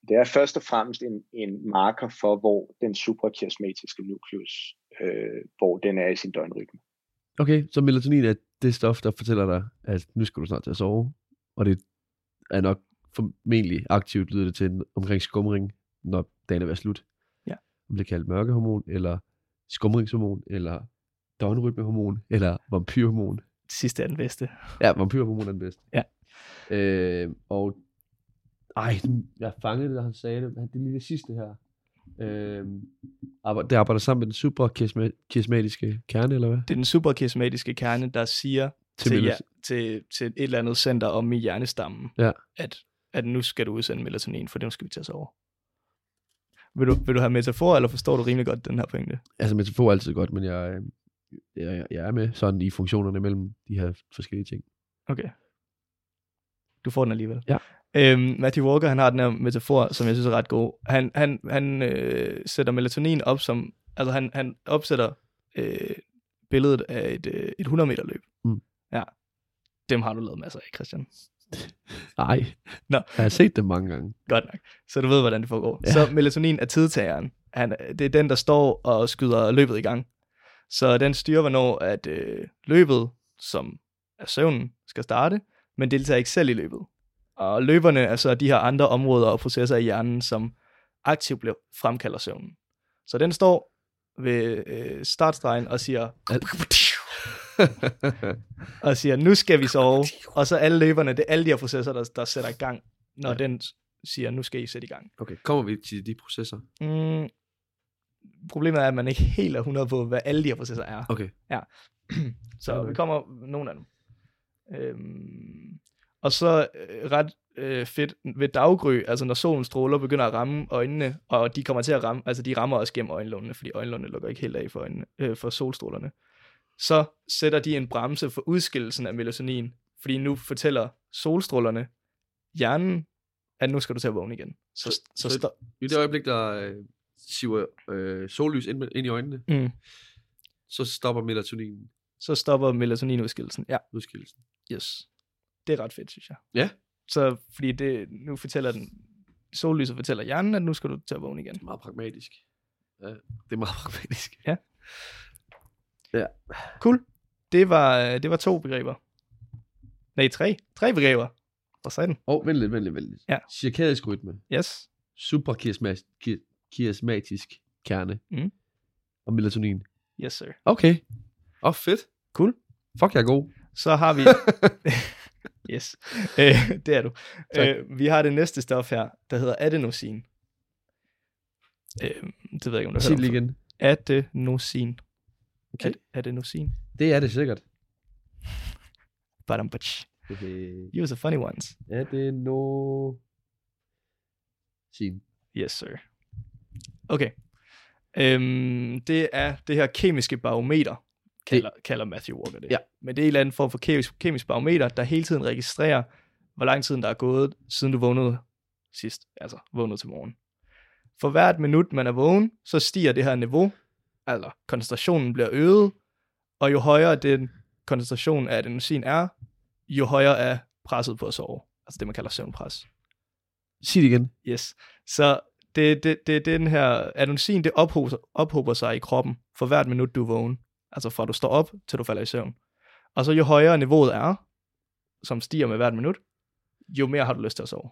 Speaker 3: Det er først og fremmest en, en marker for, hvor den suprachiasmatiske nukleus, øh, hvor den er i sin døgnrytme.
Speaker 1: Okay, så melatonin er det stof, der fortæller dig, at nu skal du snart til at sove, og det er nok formentlig aktivt, lyder det til, omkring skumring, når dagen er ved at slut.
Speaker 2: Ja.
Speaker 1: Om det kaldt mørkehormon, eller skumringshormon, eller døgnrytmehormon, eller vampyrhormon.
Speaker 2: Det sidste er den bedste.
Speaker 1: Ja, vampyrhormon er den bedste.
Speaker 2: Ja.
Speaker 1: Øh, og ej, nu- jeg fangede det, da han sagde det. men Det er lige det sidste her. Øh, arbejde, det arbejder sammen med den superkiasmatiske kerne, eller hvad?
Speaker 2: Det er den superkismatiske kerne, der siger til, til,
Speaker 1: Melatonin.
Speaker 2: ja, til, til et eller andet center om i hjernestammen,
Speaker 1: Ja.
Speaker 2: at, at nu skal du udsende melatonin, for det skal vi tage os over. Vil du, vil du have metafor, eller forstår du rimelig godt den her pointe?
Speaker 1: altså metafor er altid godt, men jeg, øh, jeg, jeg er med sådan i funktionerne mellem de her forskellige ting.
Speaker 2: Okay. Du får den alligevel.
Speaker 1: Ja.
Speaker 2: Øhm, Matthew Walker, han har den her metafor, som jeg synes er ret god. Han, han, han øh, sætter melatonin op som, altså han, han opsætter øh, billedet af et, øh, et 100 meter løb.
Speaker 1: Mm.
Speaker 2: Ja. Dem har du lavet masser af, Christian.
Speaker 1: Nej,
Speaker 2: Nå.
Speaker 1: jeg har set det mange gange.
Speaker 2: Godt nok. Så du ved, hvordan det foregår.
Speaker 1: Ja.
Speaker 2: Ja. Så melatonin er tidtageren. Han, det er den, der står og skyder løbet i gang. Så den styrer, hvornår at, øh, løbet, som er søvnen, skal starte, men deltager ikke selv i løbet. Og løberne er så de her andre områder og processer i hjernen, som aktivt bliver fremkalder søvnen. Så den står ved øh, startstregen og siger, og siger, nu skal vi sove. Og så alle løberne, det er alle de her processer, der, der sætter i gang, når
Speaker 1: Ja.
Speaker 2: ja. den siger, nu skal I sætte i gang.
Speaker 1: [laughs] okay, kommer vi til de processer?
Speaker 2: Mm, problemet er, at man ikke helt er 100 på, hvad alle de her processer er.
Speaker 1: Okay.
Speaker 2: Så vi kommer nogle af dem. Øhm, og så øh, ret øh, fedt ved daggry, altså når solen stråler, begynder at ramme øjnene, og de kommer til at ramme, altså de rammer også gennem øjenlågene, fordi øjenlågene lukker ikke helt af for, øjnene, øh, for solstrålerne. Så sætter de en bremse for udskillelsen af melatonin, fordi nu fortæller solstrålerne hjernen, at nu skal du til at vågne igen. Så,
Speaker 1: Så-
Speaker 2: så,
Speaker 1: så-
Speaker 2: så, så
Speaker 1: I det øjeblik, der øh, siver øh, sollys ind, med- ind i øjnene,
Speaker 2: mm,
Speaker 1: så stopper melatonin
Speaker 2: så stopper melatoninudskillelsen. Ja,
Speaker 1: udskillelsen.
Speaker 2: yes. Det er ret fedt, synes jeg.
Speaker 1: Ja.
Speaker 2: Så fordi det, nu fortæller den, sollyset fortæller hjernen, at nu skal du til at vågne igen.
Speaker 1: Meget pragmatisk. Ja, det er meget [laughs] pragmatisk.
Speaker 2: Cool. Det var, øh, det var to begreber. Nej, tre. Tre begreber. Og så den.
Speaker 1: Og oh, vent lidt, vent lidt, vent lidt.
Speaker 2: Ja.
Speaker 1: Cirkadisk rytme.
Speaker 2: Yes.
Speaker 1: Superkiasmatisk kerne.
Speaker 2: Mm.
Speaker 1: Og melatonin.
Speaker 2: Yes, sir.
Speaker 1: Okay. Åh, oh, fedt.
Speaker 2: Cool.
Speaker 1: Fuck, jeg er god.
Speaker 2: Så har
Speaker 1: [laughs]
Speaker 2: vi... yes. Øh, det er du.
Speaker 1: Tak.
Speaker 2: Øh, vi har det næste stof her, der hedder adenosin. Øh, det ved jeg ikke, om du
Speaker 1: Sig
Speaker 2: har
Speaker 1: det lige
Speaker 2: hørt om.
Speaker 1: igen.
Speaker 2: Adenosin.
Speaker 1: Okay.
Speaker 2: Ad- adenosin.
Speaker 1: Det er det sikkert.
Speaker 2: Badam, Use the funny ones.
Speaker 1: Er det no... Sin.
Speaker 2: Yes, sir. Okay. Øhm, det er det her kemiske barometer, kalder, det... kalder Matthew Walker det.
Speaker 1: Ja.
Speaker 2: Men det er en eller anden form for kemisk, kemisk barometer, der hele tiden registrerer, hvor lang tid der er gået, siden du vågnede sidst, altså vågnede til morgen. For hvert minut, man er vågen, så stiger det her niveau, altså koncentrationen bliver øget, og jo højere den koncentration af adenosin er, jo højere er presset på at sove. Altså det, man kalder søvnpres.
Speaker 1: Sig det igen.
Speaker 2: Yes. Så det er det, det, er den her, adenosin, det ophober, ophober sig i kroppen for hvert minut, du er vågen. altså fra du står op, til du falder i søvn. Og så jo højere niveauet er, som stiger med hvert minut, jo mere har du lyst til at sove.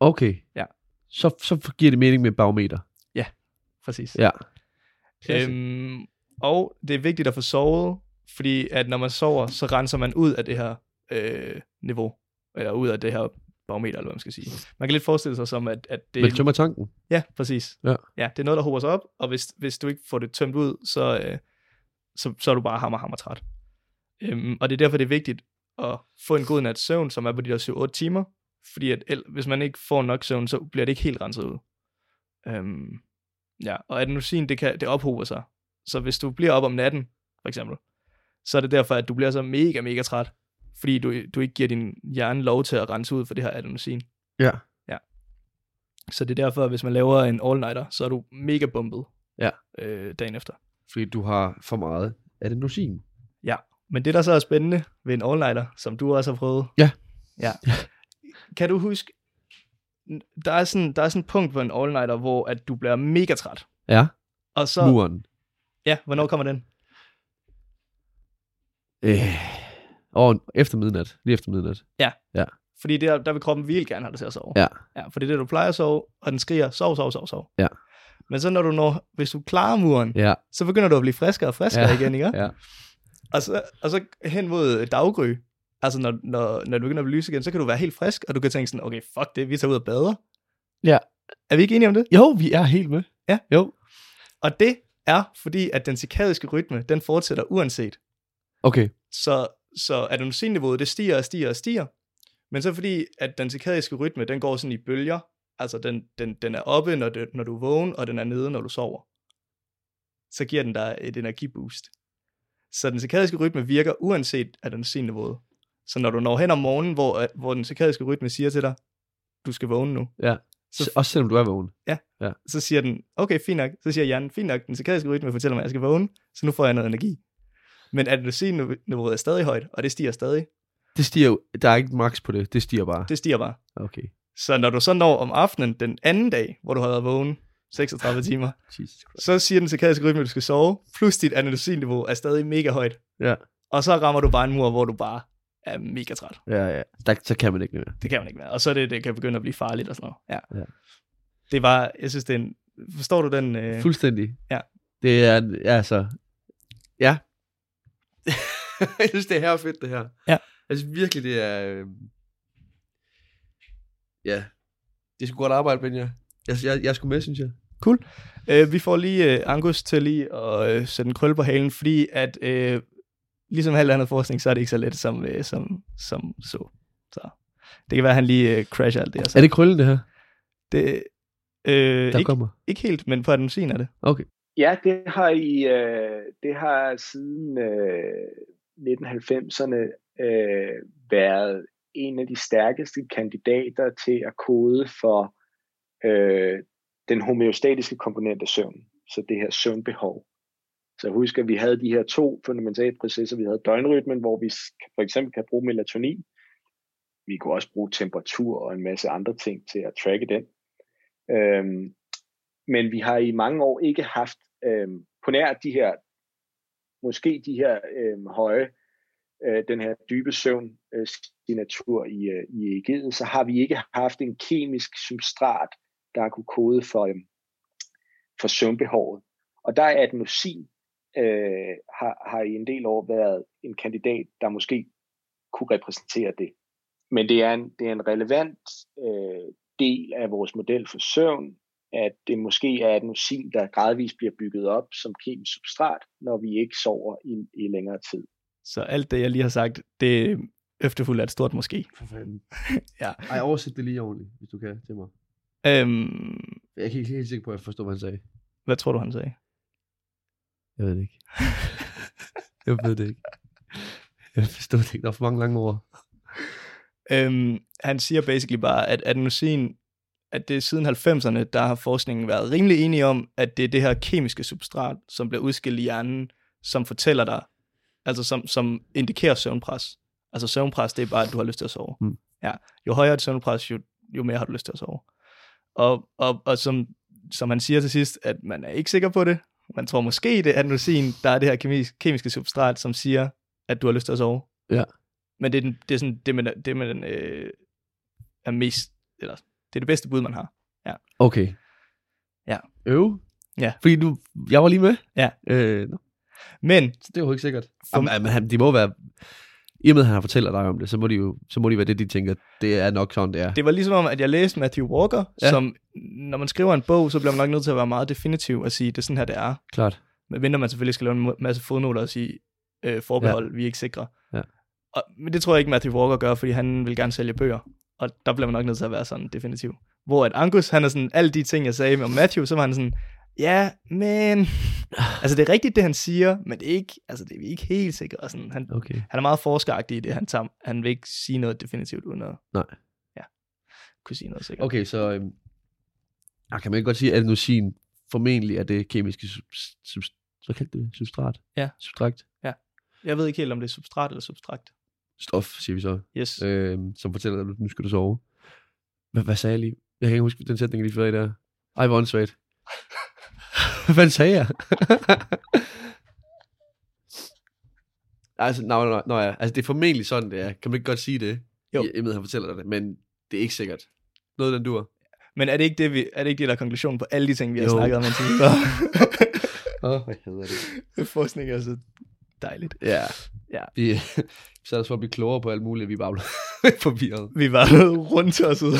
Speaker 1: Okay.
Speaker 2: Ja.
Speaker 1: Så, så giver det mening med barometer.
Speaker 2: Præcis.
Speaker 1: Ja.
Speaker 2: Øhm, og det er vigtigt at få sovet, fordi at når man sover, så renser man ud af det her øh, niveau, eller ud af det her barometer, eller hvad man skal sige. Man kan lidt forestille sig som, at, at det
Speaker 1: Men tømmer tanken.
Speaker 2: Ja, præcis.
Speaker 1: Ja.
Speaker 2: ja, det er noget, der hober sig op, og hvis, hvis du ikke får det tømt ud, så, øh, så, så er du bare hammer, hammer træt. Øhm, og det er derfor, det er vigtigt at få en god nats søvn, som er på de der 7-8 timer, fordi at, el- hvis man ikke får nok søvn, så bliver det ikke helt renset ud. Øhm, ja, og adenosin, det, kan, det ophober sig. Så hvis du bliver op om natten, for eksempel, så er det derfor, at du bliver så mega, mega træt, fordi du, du ikke giver din hjerne lov til at rense ud for det her adenosin.
Speaker 1: Ja.
Speaker 2: Så det er derfor, at hvis man laver en all-nighter, så er du mega bumpet
Speaker 1: Ja.
Speaker 2: øh, dagen efter.
Speaker 1: Fordi du har for meget adenosin.
Speaker 2: Men det, der så er spændende ved en all-nighter, som du også har prøvet.
Speaker 1: Ja.
Speaker 2: ja. Kan du huske, der er sådan, der er sådan et punkt på en all-nighter, hvor at du bliver mega træt.
Speaker 1: Ja.
Speaker 2: Og så,
Speaker 1: Så... Muren.
Speaker 2: ja, hvornår kommer den?
Speaker 1: Øh. Og efter midnat. Lige efter midnat.
Speaker 2: Fordi der, der vil kroppen virkelig gerne have dig til at sove.
Speaker 1: Ja.
Speaker 2: ja. For det er det, du plejer at sove, og den skriger, sov, sov, sov, sov.
Speaker 1: Ja.
Speaker 2: Men så når du når, hvis du klarer muren, ja.
Speaker 1: Ja.
Speaker 2: så begynder du at blive friskere og friskere
Speaker 1: Ja.
Speaker 2: igen, ikke?
Speaker 1: Ja.
Speaker 2: Og så, og så hen mod daggry, altså når, når, når du begynder at blive lys igen, så kan du være helt frisk, og du kan tænke sådan, okay, fuck det, vi tager ud og bader.
Speaker 1: Ja.
Speaker 2: Er vi ikke enige om det?
Speaker 1: Jo, vi er helt med.
Speaker 2: Ja.
Speaker 1: Jo.
Speaker 2: Og det er, fordi at den cirkadiske rytme, den fortsætter uanset.
Speaker 1: Okay.
Speaker 2: Så, så adenosinniveauet, det stiger og stiger og stiger. Men så fordi, at den cirkadiske rytme, den går sådan i bølger, altså den, den, den er oppe, når, det, når du er vågen, og den er nede, når du sover. Så giver den dig et energiboost. Så den cirkadiske rytme virker uanset adenosinniveauet. Så når du når hen om morgenen, hvor, at- hvor den cirkadiske rytme siger til dig, du skal vågne nu,
Speaker 1: Så... Også selvom du er vågen.
Speaker 2: så siger den, okay, fint nok. Så siger hjernen, fint nok, den cirkadiske rytme fortæller mig, at jeg skal vågne, så nu får jeg noget energi. Men adenosinniveauet er stadig højt, og det stiger stadig.
Speaker 1: Det stiger jo. Der er ikke max på det. Det stiger bare. Det...
Speaker 2: Det stiger bare.
Speaker 1: Okay.
Speaker 2: Så når du så når om aftenen den anden dag, hvor du har været vågen 36 timer,
Speaker 1: Jesus Christ.
Speaker 2: så siger den cirkadiske rytme, at du skal sove, plus dit adenosinniveau er stadig mega højt.
Speaker 1: Ja.
Speaker 2: Og så rammer du bare en mur, hvor du bare er mega træt.
Speaker 1: Ja, ja. Der, så kan man ikke mere.
Speaker 2: Det kan man ikke mere. Og så er det, det kan begynde at blive farligt og sådan noget. Ja.
Speaker 1: Ja.
Speaker 2: Det var, jeg synes, det er en, forstår du den? Øh,
Speaker 1: Fuldstændig.
Speaker 2: Ja.
Speaker 1: Det er, en- ja, altså, ja. [laughs] jeg synes, det er her fedt, det her.
Speaker 2: Ja.
Speaker 1: Altså virkelig, det er, øh... ja, det er sgu godt arbejde, Benja. Jeg, jeg, jeg er sgu med, synes jeg.
Speaker 2: Øh, vi får lige øh, Angus til lige at øh, sætte en krølle på halen, fordi at øh, ligesom alt andet forskning, så er det ikke så let som, øh, som, som så. så. Det kan være, at han lige øh, crasher alt det her. Så.
Speaker 1: Er det krøllen, Altså, det her,
Speaker 2: det, øh,
Speaker 1: der
Speaker 2: ikke,
Speaker 1: kommer?
Speaker 2: ikke helt, men på adenosin er det.
Speaker 1: Okay.
Speaker 3: Ja, det har i øh, det har siden øh, 1990'erne øh, været en af de stærkeste kandidater til at kode for øh, den homeostatiske komponent af søvn, så det her søvnbehov. Så husk, at vi havde de her to fundamentale processer. Vi havde døgnrytmen, hvor vi sk- for eksempel kan bruge melatonin. Vi kunne også bruge temperatur og en masse andre ting til at tracke den. Øhm, men vi har i mange år ikke haft øh, på nær de her, måske de her øh, høje, øh, den her dybe søvn øh, signatur i, øh, i EEG'et, så har vi ikke haft en kemisk substrat, der har kunne kode for, øh, for søvnbehovet. Og der er adenosin, øh, har, har i en del år været en kandidat, der måske kunne repræsentere det. Men det er en, det er en relevant øh, del af vores model for søvn, at det måske er adenosin, der gradvist bliver bygget op som kemisk substrat, når vi ikke sover i, i længere tid.
Speaker 2: Så alt det, jeg lige har sagt, det øftefuldt er et stort måske.
Speaker 1: For [laughs] fanden.
Speaker 2: Ja.
Speaker 1: Ej, oversæt det lige ordentligt, hvis du kan til mig.
Speaker 2: Øhm,
Speaker 1: Jeg er ikke helt, helt sikker på, at jeg forstår, hvad han sagde.
Speaker 2: hvad tror du, han sagde?
Speaker 1: Jeg ved det [laughs] ikke. jeg ved det ikke. Jeg forstår det ikke. Der er for mange lange ord.
Speaker 2: Øhm, han siger basically bare, at adenosin, at det er siden 90'erne, der har forskningen været rimelig enige om, at det er det her kemiske substrat, som bliver udskilt i hjernen, som fortæller dig, altså som, som indikerer søvnpres. Altså søvnpres, det er bare, at du har lyst til at sove.
Speaker 1: Mm.
Speaker 2: Ja. Jo højere et søvnpres, jo, jo mere har du lyst til at sove. Og, og, og som, som han siger til sidst, at man er ikke sikker på det, Man tror måske, det er adenosine, der er det her kemis- kemiske substrat, som siger, at du har lyst til at sove.
Speaker 1: Ja.
Speaker 2: Men det er, den, det er sådan, det man, det man øh, er mest, eller det er det bedste bud, man har.
Speaker 1: Okay.
Speaker 2: Ja.
Speaker 1: Øv?
Speaker 2: Ja.
Speaker 1: Fordi du, jeg var lige med.
Speaker 2: Ja.
Speaker 1: Øh, nå,
Speaker 2: Men
Speaker 1: så det er jo ikke sikkert.
Speaker 2: For-
Speaker 1: Jamen, jamen, han, de må være... I og med, at han har fortalt dig om det, så må de jo så må de være det, de tænker, det er nok sådan, det er.
Speaker 2: det var ligesom om, at jeg læste Matthew Walker,
Speaker 1: Ja.
Speaker 2: ja. som, når man skriver en bog, så bliver man nok nødt til at være meget definitiv og sige, det er sådan her, det er.
Speaker 1: Klart.
Speaker 2: Men venter man selvfølgelig skal lave en masse fodnoter og sige, øh, forbehold, ja. vi er ikke sikre.
Speaker 1: Ja.
Speaker 2: Og, men det tror jeg ikke, Matthew Walker gør, fordi han vil gerne sælge bøger. Og der bliver man nok nødt til at være sådan definitiv. Hvor at Angus, han er sådan, alle de ting, jeg sagde om Matthew, så var han sådan, ja,
Speaker 1: [laughs]
Speaker 2: men... altså, det er rigtigt, det han siger, men det er ikke, altså, det er vi ikke helt sikre. Og sådan, han,
Speaker 1: Okay.
Speaker 2: han er meget forskeragtig i det, han tager. Han vil ikke sige noget definitivt uden at...
Speaker 1: Nej.
Speaker 2: Ja. Kunne sige noget sikkert.
Speaker 1: Okay, så øhm, ah, kan man ikke godt sige, at adenosin formentlig er det kemiske sub, sub, hvad kaldte du det? substrat?
Speaker 2: Ja.
Speaker 1: Substrakt?
Speaker 2: Jeg ved ikke helt, om det er substrat eller substrakt.
Speaker 1: Stof, siger vi så,
Speaker 2: Yes. Øh.
Speaker 1: øhm, som fortæller dig, at nu skal du sove. Hvad, hvad sagde jeg lige? Jeg kan ikke huske den sætning, jeg lige før i der. Ej, hvor åndssvagt. [laughs] hvad fanden sagde jeg? [laughs] altså, nej, nej, nej, nej, altså, det er formentlig sådan, det er. Kan man ikke godt sige det?
Speaker 2: Jo.
Speaker 1: I, jeg ved, han fortæller dig det, men det er ikke sikkert. Noget, den dur.
Speaker 2: Men er det, ikke det, vi, er det ikke det, der er konklusionen på alle de ting, vi har
Speaker 1: Jo.
Speaker 2: jo. snakket om
Speaker 1: [laughs]
Speaker 2: indtil videre?
Speaker 1: Åh, hvad hedder det?
Speaker 2: Forskning er så dejligt.
Speaker 1: Ja.
Speaker 2: Ja.
Speaker 1: Vi, [laughs] vi satte os for at blive klogere på alt muligt, vi er bare blev [laughs] forvirret.
Speaker 2: Vi var [laughs] rundt os ud.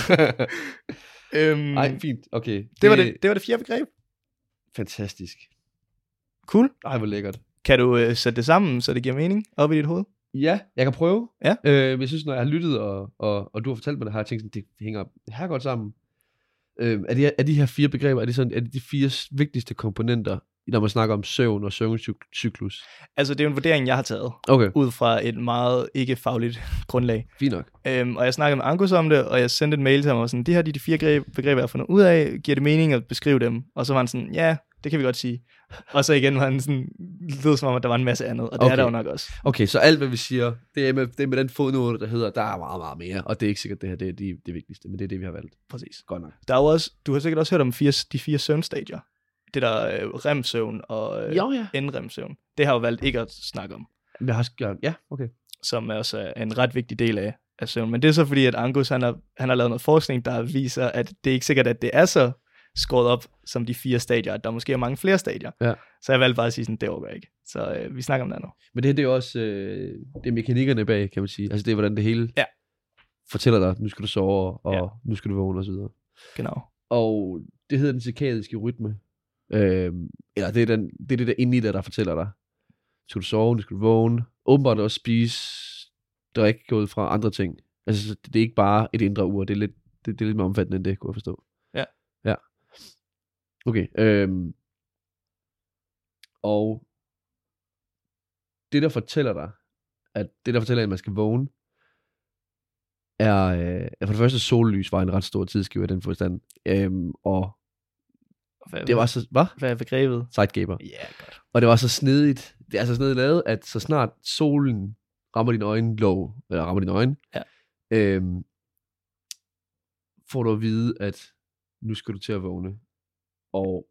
Speaker 2: øhm,
Speaker 1: Nej, fint. Okay.
Speaker 2: det, var det, det var det fjerde begreb.
Speaker 1: Fantastisk.
Speaker 2: Cool.
Speaker 1: Ej, hvor lækkert.
Speaker 2: Kan du øh, sætte det sammen, så det giver mening op i dit hoved?
Speaker 1: Ja, jeg kan prøve.
Speaker 2: Ja.
Speaker 1: Øh, men jeg synes, når jeg har lyttet, og, og, og du har fortalt mig det, har jeg tænkt, sådan, det hænger her godt sammen. Øh, er, de, er de her fire begreber, er det, sådan, er det de fire s- vigtigste komponenter, når man snakker om søvn og søvncyklus?
Speaker 2: Altså, det er jo en vurdering, jeg har taget,
Speaker 1: Okay,
Speaker 2: ud fra et meget ikke-fagligt grundlag.
Speaker 1: fint nok.
Speaker 2: Øhm, og jeg snakkede med Angus om det, og jeg sendte en mail til ham, og sådan, det her de er de fire greb, begreber, jeg har fundet ud af, giver det mening at beskrive dem? Og så var han sådan, ja, det kan vi godt sige. Og så igen var han sådan, lød som om, at der var en masse andet, og det okay.
Speaker 1: Okay.
Speaker 2: er der jo nok også.
Speaker 1: Okay, så alt, hvad vi siger, det er med, det er med den fodnote, der hedder, der er meget, meget mere, og det er ikke sikkert, det her det er de, det vigtigste, men det er det, vi har valgt.
Speaker 2: Præcis.
Speaker 1: Godt nok.
Speaker 2: Der er jo også, du har sikkert også hørt om fire, de fire søvnstadier. Det der øh, remsøvn og øh,
Speaker 1: Jo, ja.
Speaker 2: NREM-søvn. Det har jeg jo valgt ikke at snakke om,
Speaker 1: Men Jeg har også gjort, ja, okay.
Speaker 2: som er også er en ret vigtig del af, af søvn. Men det er så fordi, at Angus han har, han har lavet noget forskning, der viser, at det er ikke sikkert, at det er så skåret op som de fire stadier, at der måske er mange flere stadier.
Speaker 1: Ja.
Speaker 2: Så jeg valgte bare at sige sådan, det overgår jeg ikke. Så øh, vi snakker om det nu.
Speaker 1: Men det her, det er jo også øh, det er mekanikkerne bag, kan man sige. Altså det er, hvordan det hele
Speaker 2: Ja.
Speaker 1: fortæller dig, nu skal du sove, og
Speaker 2: Ja.
Speaker 1: ja. nu skal du vågne osv.
Speaker 2: Genau.
Speaker 1: Og det hedder den cirkadiske rytme. Øh, eller det er, den, det er det der inde i dig, der fortæller dig. Nu skal du sove, nu skal du vågne. Åbenbart også spise, drikke, gå ud fra andre ting. Altså så det er ikke bare et indre ur, det er lidt, det, det er lidt mere omfattende end det, kunne jeg forstå.
Speaker 2: Ja.
Speaker 1: Ja. Okay. Øh, og det, der fortæller dig, at det, der fortæller, at man skal vågne, er, øh, er for det første sollys var en ret stor tidsgiver i den forstand. Øhm, og
Speaker 2: Hvad,
Speaker 1: det var så, hvad?
Speaker 2: hvad er begrebet?
Speaker 1: Sidegaber.
Speaker 2: Ja, godt.
Speaker 1: Og det var så snedigt, det er så snedigt lavet, at så snart solen rammer dine øjne, lov, eller rammer dine øjne,
Speaker 2: Ja.
Speaker 1: øhm, får du at vide, at nu skal du til at vågne. Og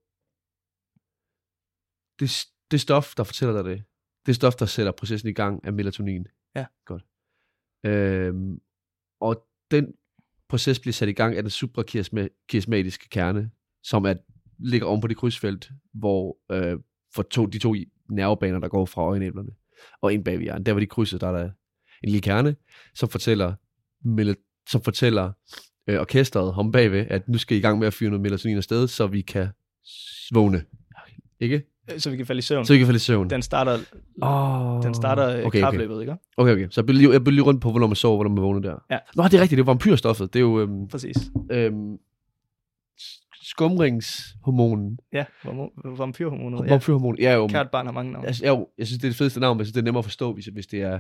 Speaker 1: det, det stof, der fortæller dig det, det stof, der sætter processen i gang, er melatonin.
Speaker 2: Ja.
Speaker 1: Godt. Øhm, og den proces bliver sat i gang af den suprakiasmatiske kerne, som er, ligger oven på det krydsfelt, hvor øh, for to, de to nervebaner, der går fra øjenæblerne og ind bag ved hjernen. Der hvor de krydser, der er der en lille kerne, som fortæller, mel- som fortæller øh, orkestret om bagved, at nu skal I i gang med at fyre noget melatonin afsted, så vi kan s- vågne. Ikke?
Speaker 2: Øh, Så vi kan falde i søvn.
Speaker 1: Så vi kan falde i søvn.
Speaker 2: Den starter,
Speaker 1: oh.
Speaker 2: den starter øh,
Speaker 1: okay, okay.
Speaker 2: kapløbet, ikke?
Speaker 1: okay, okay. Så jeg blev lige, jeg blev lige rundt på, hvornår man sover, hvornår man vågner der.
Speaker 2: Ja.
Speaker 1: Nå, det er rigtigt, det er vampyrstoffet. Det er jo øhm,
Speaker 2: Præcis.
Speaker 1: øhm, skumringshormonen.
Speaker 2: Ja, hormon- vampyrhormonet.
Speaker 1: Ja.
Speaker 2: Ja.
Speaker 1: Vampyrhormon. Ja, jo.
Speaker 2: Kært barn har mange navne.
Speaker 1: Altså, jeg, jeg synes, det er det fedeste navn, men jeg synes, det er nemmere at forstå, hvis, hvis det er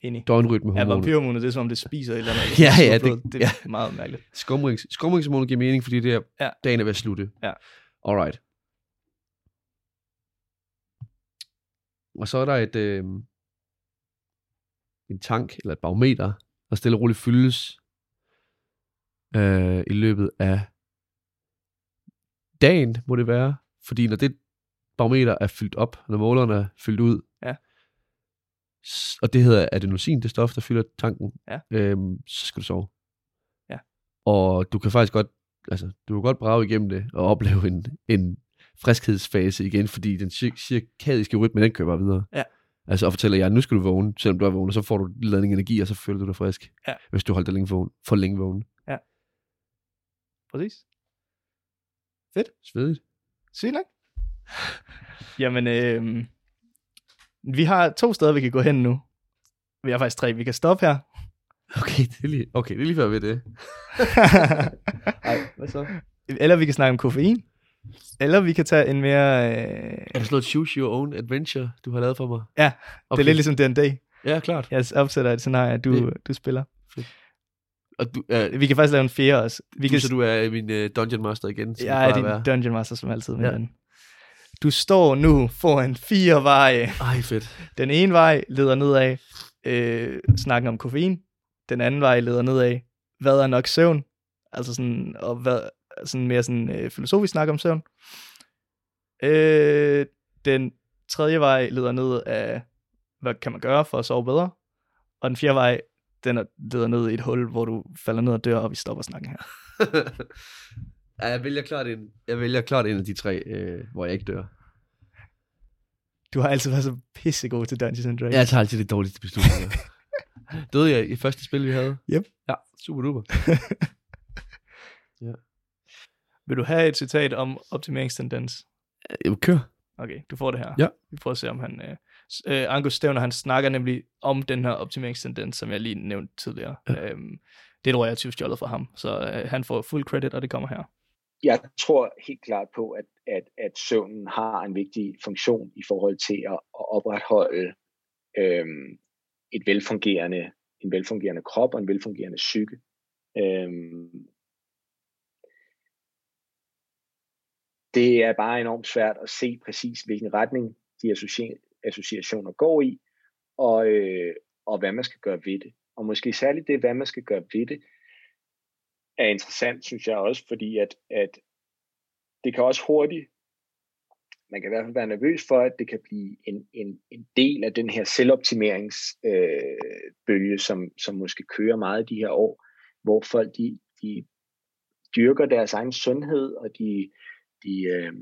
Speaker 2: Enig. Ja,
Speaker 1: døgnrytmehormonet.
Speaker 2: vampyrhormonet, det er som om, det spiser et eller
Speaker 1: [laughs]
Speaker 2: andet.
Speaker 1: Ja, ja, det-
Speaker 2: Det, sluger blodet. det
Speaker 1: ja.
Speaker 2: er meget mærkeligt.
Speaker 1: Skumrings, skumringshormonet giver mening, fordi det er, ja.
Speaker 2: Ja.
Speaker 1: dagen er ved at slutte.
Speaker 2: Ja.
Speaker 1: Alright. Og så er der et, øh, en tank, eller et barometer, der stille og roligt fyldes øh, i løbet af dagen, må det være. Fordi når det barometer er fyldt op, når måleren er fyldt ud.
Speaker 2: Ja.
Speaker 1: S- Og det hedder adenosin, det stof, der fylder tanken.
Speaker 2: Ja.
Speaker 1: Øhm, så skal du sove.
Speaker 2: Ja.
Speaker 1: Og du kan faktisk godt, altså, du kan godt brage igennem det og opleve en, en friskhedsfase igen, fordi den cir- cirkadiske rytme, den kører bare videre.
Speaker 2: Ja.
Speaker 1: Altså, og fortæller jer, nu skal du vågne, selvom du er vågen, og så får du ladning energi, og så føler du dig frisk,
Speaker 2: Ja.
Speaker 1: hvis du holder dig længe vågen, for længe vågen.
Speaker 2: Præcis.
Speaker 1: Svedigt. [laughs]
Speaker 2: Sygt nok. Jamen, øh, vi har to steder, vi kan gå hen nu. Vi har faktisk tre, vi kan
Speaker 1: [laughs]
Speaker 2: stoppe her.
Speaker 1: Okay, det er lige, okay, det er lige før ved det. Ej, hvad så?
Speaker 2: eller vi kan snakke om koffein. Eller vi kan tage en mere... Øh,
Speaker 1: Er det sådan noget choose your own adventure, du har lavet for mig?
Speaker 2: Ja, Det er lidt ligesom den dag,
Speaker 1: Ja, klart.
Speaker 2: jeg opsætter et scenarie, du, du spiller.
Speaker 1: Og du, øh,
Speaker 2: Vi kan faktisk lave en fjerde også. Vi
Speaker 1: du,
Speaker 2: kan,
Speaker 1: så du er min øh, Dungeon Master igen, som
Speaker 2: jeg er
Speaker 1: det plejer
Speaker 2: din
Speaker 1: at være.
Speaker 2: dungeon master, som altid, min
Speaker 1: Ja.
Speaker 2: ven. Du står nu foran fire veje.
Speaker 1: Ej, fedt.
Speaker 2: Den ene vej leder nedad øh, snakken om koffein. Den anden vej leder nedad, hvad er nok søvn? Altså sådan, og hvad, sådan mere sådan, øh, filosofisk snak om søvn. Øh, den tredje vej leder ned af, hvad kan man gøre for at sove bedre? Og den fjerde vej, den er- leder ned i et hul, hvor du falder ned og dør, og vi stopper snakken her.
Speaker 1: [laughs] ja, jeg vælger klart en, jeg vælger klart en af de tre, øh, hvor jeg ikke dør.
Speaker 2: Du har altid været så pissegod til Dungeons and Dragons.
Speaker 1: Jeg tager altid det dårligste beslutninger. [laughs] Døde jeg i første spil, vi havde?
Speaker 2: Yep.
Speaker 1: Ja, super duper.
Speaker 2: Vil du have et citat om optimeringstendens?
Speaker 1: Jamen, kør.
Speaker 2: Okay, du får det her.
Speaker 1: Ja.
Speaker 2: Vi prøver at se, om han... Øh, s- øh, Angus Stævner, han snakker nemlig om den her optimeringstendens, som jeg lige nævnte tidligere. Ja. Øhm, det tror jeg er stjålet fra ham, så øh, han får fuld credit, og det kommer her.
Speaker 3: jeg tror helt klart på, at, at, at søvnen har en vigtig funktion i forhold til at, at opretholde øhm, et velfungerende, en velfungerende krop og en velfungerende psyke. Øhm, det er bare enormt svært at se præcis, hvilken retning de associ- associationer går i, og, øh, og hvad man skal gøre ved det. Og måske særligt det, hvad man skal gøre ved det, er interessant, synes jeg også, fordi at, at det kan også hurtigt, man kan i hvert fald være nervøs for, at det kan blive en, en, en del af den her selvoptimeringsbølge, øh, bølge, som, som måske kører meget i de her år, hvor folk de, de dyrker deres egen sundhed, og de, de, øh,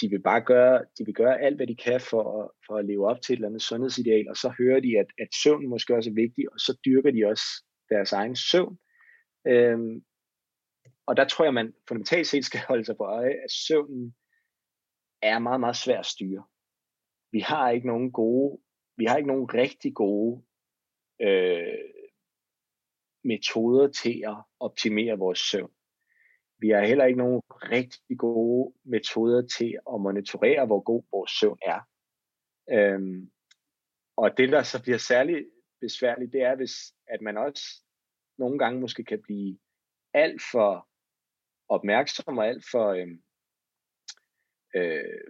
Speaker 3: de vil bare gøre, de vil gøre alt, hvad de kan for, at- for at leve op til et eller andet sundhedsideal, og så hører de, at, at søvn måske også er vigtig, og så dyrker de også deres egen søvn, Øhm, og der tror jeg, man fundamentalt set skal holde sig på øje, at søvnen er meget, meget svær at styre. Vi har ikke nogen gode, vi har ikke nogen rigtig gode øh, metoder til at optimere vores søvn. Vi har heller ikke nogen rigtig gode metoder til at monitorere, hvor god vores søvn er. Øhm, og det, der så bliver særligt besværligt, det er, hvis at man også nogle gange måske kan blive alt for opmærksom og alt for øhm, øh,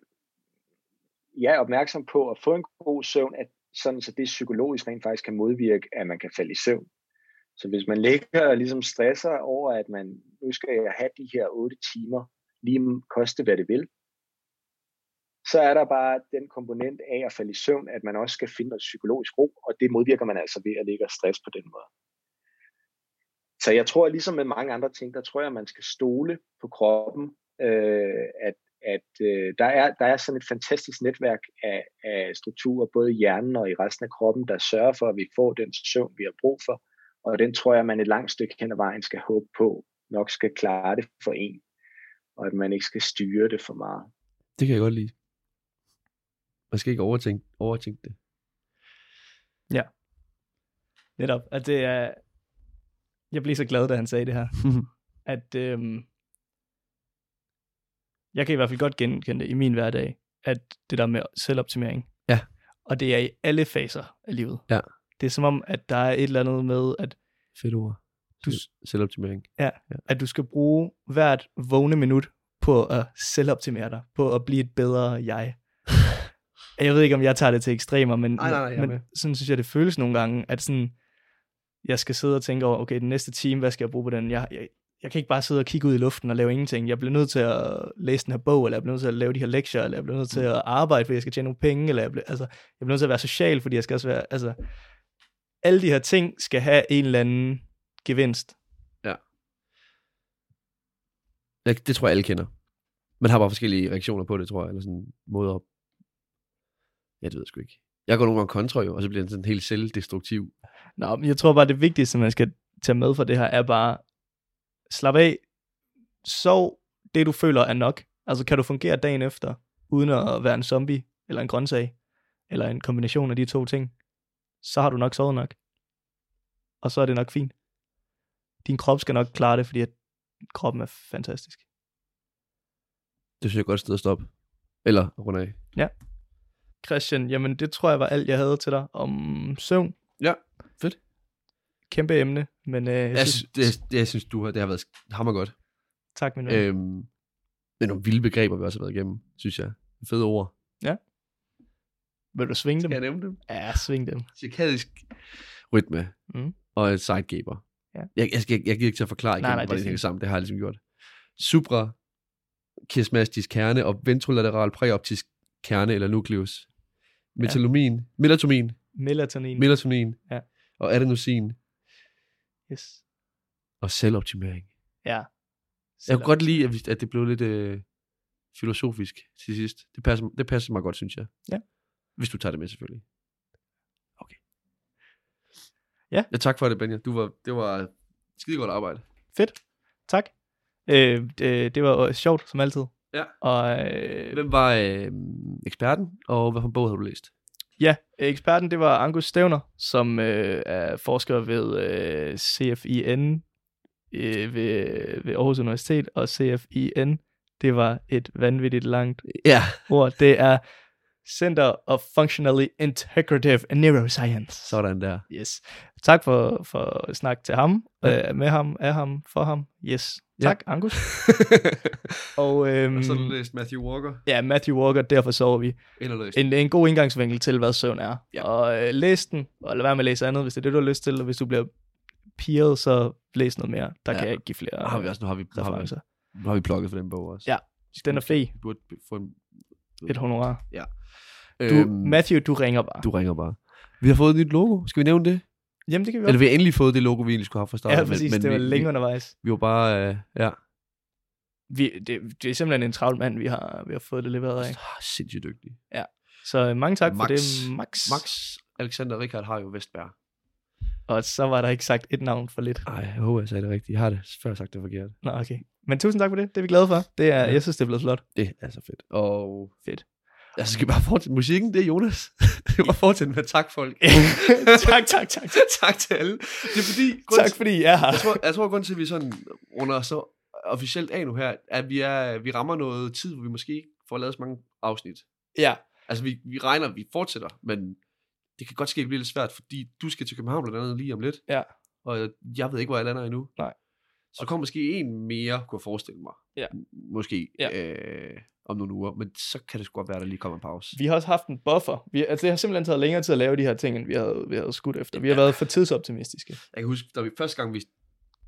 Speaker 3: ja, opmærksom på at få en god søvn, at sådan så det psykologisk rent faktisk kan modvirke, at man kan falde i søvn. Så hvis man ligger og ligesom stresser over, at man nu skal jeg have de her 8 timer, lige koste hvad det vil, så er der bare den komponent af at falde i søvn, at man også skal finde noget psykologisk ro, og det modvirker man altså ved at ligge og stress på den måde. Så jeg tror, ligesom med mange andre ting, der tror jeg, man skal stole på kroppen, øh, at, at øh, der, er, der er sådan et fantastisk netværk af, af strukturer, både i hjernen og i resten af kroppen, der sørger for, at vi får den søvn, vi har brug for, og den tror jeg, man et langt stykke hen ad vejen skal håbe på, nok skal klare det for en, og at man ikke skal styre det for meget.
Speaker 1: Det kan jeg godt lide. Man skal ikke overtænke, overtænke det.
Speaker 2: Netop, at det er... Jeg blev så glad, da han sagde det
Speaker 1: [laughs]
Speaker 2: her. at øhm, jeg kan i hvert fald godt genkende det i min hverdag, at det der med selvoptimering.
Speaker 1: Ja.
Speaker 2: Og det er i alle faser af livet.
Speaker 1: Ja.
Speaker 2: Det er som om, at der er et eller andet med, at
Speaker 1: Fedt ord.
Speaker 2: Du-
Speaker 1: Selv- Selvoptimering.
Speaker 2: at du skal bruge hvert vågne minut på at selvoptimere dig, på at blive et bedre
Speaker 1: [laughs]
Speaker 2: jeg. Jeg ved ikke, om jeg tager det til ekstremer, men,
Speaker 1: Nej, nej, nej, jeg er
Speaker 2: men
Speaker 1: med.
Speaker 2: sådan synes jeg, det føles nogle gange, at sådan, jeg skal sidde og tænke over, okay, den næste time, hvad skal jeg bruge på den? Jeg, jeg, jeg kan ikke bare sidde og kigge ud i luften og lave ingenting. Jeg bliver nødt til at læse den her bog, eller jeg bliver nødt til at lave de her lektier, eller jeg bliver nødt til
Speaker 1: Mm.
Speaker 2: at arbejde, fordi jeg skal tjene nogle penge, eller jeg bliver, altså, jeg bliver nødt til at være social, fordi jeg skal også være, altså, alle de her ting skal have en eller anden gevinst.
Speaker 1: Jeg, det tror jeg, alle kender. Man har bare forskellige reaktioner på det, tror jeg, eller sådan måder op. Ja, det ved jeg sgu ikke. Jeg går nogle gange kontra jo, og så bliver den sådan helt selvdestruktiv.
Speaker 2: Nå, men jeg tror bare, det vigtigste, man skal tage med fra det her, er bare, slap af, sov det, du føler er nok. Altså, kan du fungere dagen efter, uden at være en zombie, eller en grøntsag, eller en kombination af de to ting, så har du nok sovet nok. Og så er det nok fint. Din krop skal nok klare det, fordi at kroppen er fantastisk.
Speaker 1: Det synes jeg er et godt sted at stoppe. Eller at runde af.
Speaker 2: Christian, jamen det tror jeg var alt, jeg havde til dig om søvn.
Speaker 1: Ja, fedt.
Speaker 2: Kæmpe emne, men øh, jeg
Speaker 1: Jeg,
Speaker 2: synes,
Speaker 1: synes, det, det, jeg synes, du har, det har været hammer godt.
Speaker 2: tak min ven.
Speaker 1: Ja. Øhm, det er nogle vilde begreber, vi også har været igennem, synes jeg. Fede ord.
Speaker 2: Vil du svinge dem?
Speaker 1: nævne dem?
Speaker 2: Ja, sving dem.
Speaker 1: Cirkadisk rytme
Speaker 2: Mm.
Speaker 1: og et sidegaber.
Speaker 2: Ja.
Speaker 1: Jeg, jeg, jeg, jeg gider ikke til at forklare igen,
Speaker 2: nej, det
Speaker 1: hvordan
Speaker 2: er
Speaker 1: det hænger
Speaker 2: fint.
Speaker 1: sammen. Det har jeg ligesom gjort. Supra kiasmastisk kerne og ventrolateral præoptisk kerne eller nucleus. Metalomin, melatonin,
Speaker 2: Melatonin.
Speaker 1: melatonin
Speaker 2: Mm. Ja.
Speaker 1: og adenosin
Speaker 2: yes.
Speaker 1: og selvoptimering.
Speaker 2: Ja.
Speaker 1: Jeg kunne godt lide, at, vi, at det blev lidt øh, filosofisk til sidst. Det passer, det passer mig godt, synes jeg.
Speaker 2: Ja.
Speaker 1: Hvis du tager det med, selvfølgelig. Okay.
Speaker 2: Ja.
Speaker 1: ja tak for det, Benja. Du var, det var skide godt arbejde.
Speaker 2: Fedt. Tak. Øh, det, det var øh, sjovt, som altid.
Speaker 1: Ja.
Speaker 2: Og øh,
Speaker 1: Hvem var øh, eksperten, og hvilken bog havde du læst?
Speaker 2: ja, eksperten, det var Angus Stævner, som øh, er forsker ved øh, CFIN øh, ved, ved Aarhus Universitet, og CFIN, det var et vanvittigt langt
Speaker 1: Ja.
Speaker 2: ord. Det er Center of Functionally Integrative Neuroscience.
Speaker 1: Sådan
Speaker 2: [laughs]
Speaker 1: der.
Speaker 2: Yes. Tak for, for snak til ham,
Speaker 1: Ja.
Speaker 2: ja. øh, med ham, af ham, for ham. Yes.
Speaker 1: Ja.
Speaker 2: Tak,
Speaker 1: [laughs]
Speaker 2: ja. Angus. Og, øhm,
Speaker 1: og så har du læst Matthew Walker,
Speaker 2: ja, Matthew Walker, derfor sover vi.
Speaker 1: eller læst
Speaker 2: En, en god indgangsvinkel til, hvad søvn er.
Speaker 1: Ja.
Speaker 2: Og øh, læs den, og lad være med at læse andet, hvis det er det, du har lyst til. Og hvis du bliver pirret, så læs noget mere.
Speaker 1: Ja.
Speaker 2: Der ja. kan jeg ikke give flere
Speaker 1: nu har vi også, nu har vi, nu har vi,
Speaker 2: referencer.
Speaker 1: nu har vi plukket for den bog også.
Speaker 2: Ja. Den er fed.
Speaker 1: Du burde få en,
Speaker 2: Et honorar. Du,
Speaker 1: øhm,
Speaker 2: øhm, Matthew, du ringer bare.
Speaker 1: Øh, du ringer bare. Vi har fået et nyt logo. Skal vi nævne det?
Speaker 2: Jamen, det kan vi
Speaker 1: Eller
Speaker 2: også.
Speaker 1: vi har endelig fået det logo, vi egentlig skulle have fra starten.
Speaker 2: Ja, præcis. det var
Speaker 1: vi,
Speaker 2: længe undervejs.
Speaker 1: Vi, vi var bare, øh, ja,
Speaker 2: Vi, det, det er simpelthen en travl mand, vi har, vi har fået det leveret af.
Speaker 1: Ah, sindssygt dygtig.
Speaker 2: Så øh, mange tak
Speaker 1: Max.
Speaker 2: for det, Max.
Speaker 1: Max, Alexander og Richard har jo Vestberg.
Speaker 2: Og så var der ikke sagt et navn for lidt.
Speaker 1: Ej, jeg håber, jeg sagde det rigtigt. Jeg har det før sagt det forkert.
Speaker 2: Nå, okay. Men tusind tak for det. Det er vi glade for. Det er,
Speaker 1: Ja.
Speaker 2: ja. Jeg synes, det er blevet flot.
Speaker 1: Det er så fedt. Og
Speaker 2: Fedt.
Speaker 1: altså, skal vi bare fortsætte musikken? Det er Jonas. [laughs] Vi skal bare fortsætte med at takke [laughs] folk.
Speaker 2: [laughs] tak, tak, tak.
Speaker 1: tak til alle. Det er fordi, grund,
Speaker 2: Tak fordi I er her.
Speaker 1: jeg tror, jeg tror grund til, at vi sådan runder så officielt af nu her, at vi, er, vi rammer noget tid, hvor vi måske ikke får lavet så mange afsnit.
Speaker 2: Ja,
Speaker 1: Altså, vi, vi regner, vi fortsætter, men det kan godt ske, at det bliver lidt svært, fordi du skal til København blandt andet lige om lidt.
Speaker 2: Ja.
Speaker 1: Og jeg- jeg ved ikke, hvor jeg lander endnu.
Speaker 2: Nej.
Speaker 1: Så der kommer måske en mere, kunne jeg forestille mig.
Speaker 2: Ja.
Speaker 1: M- Måske
Speaker 2: Ja.
Speaker 1: øh, om nogle uger, men så kan det sgu godt være, at der lige kommer en pause.
Speaker 2: vi har også haft en buffer. Vi, altså, det har simpelthen taget længere tid at lave de her ting, end vi havde, vi havde skudt efter. Vi har været for tidsoptimistiske.
Speaker 1: Jeg kan huske, da vi første gang, vi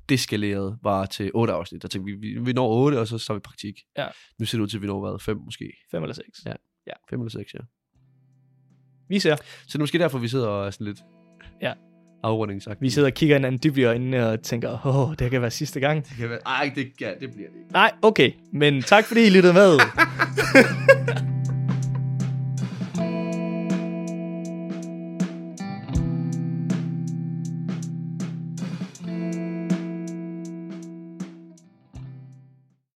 Speaker 1: deskalerede, var til 8 afsnit. Der tænkte vi, vi, vi når 8, og så tager vi praktik.
Speaker 2: Ja.
Speaker 1: Nu ser det ud til, at vi når hvad, 5 måske.
Speaker 2: Fem eller seks.
Speaker 1: Ja.
Speaker 2: Ja.
Speaker 1: 5 eller 6, ja.
Speaker 2: Vi ser.
Speaker 1: Så det er måske derfor, vi sidder og er sådan lidt
Speaker 2: Ja.
Speaker 1: afrundingsagtige.
Speaker 2: Vi sidder og kigger hinanden dybt i øjnene og tænker, åh, oh, det kan være sidste gang.
Speaker 1: Det kan være, ej, det, ja, det bliver det ikke.
Speaker 2: Nej, okay. Men tak fordi I lyttede med.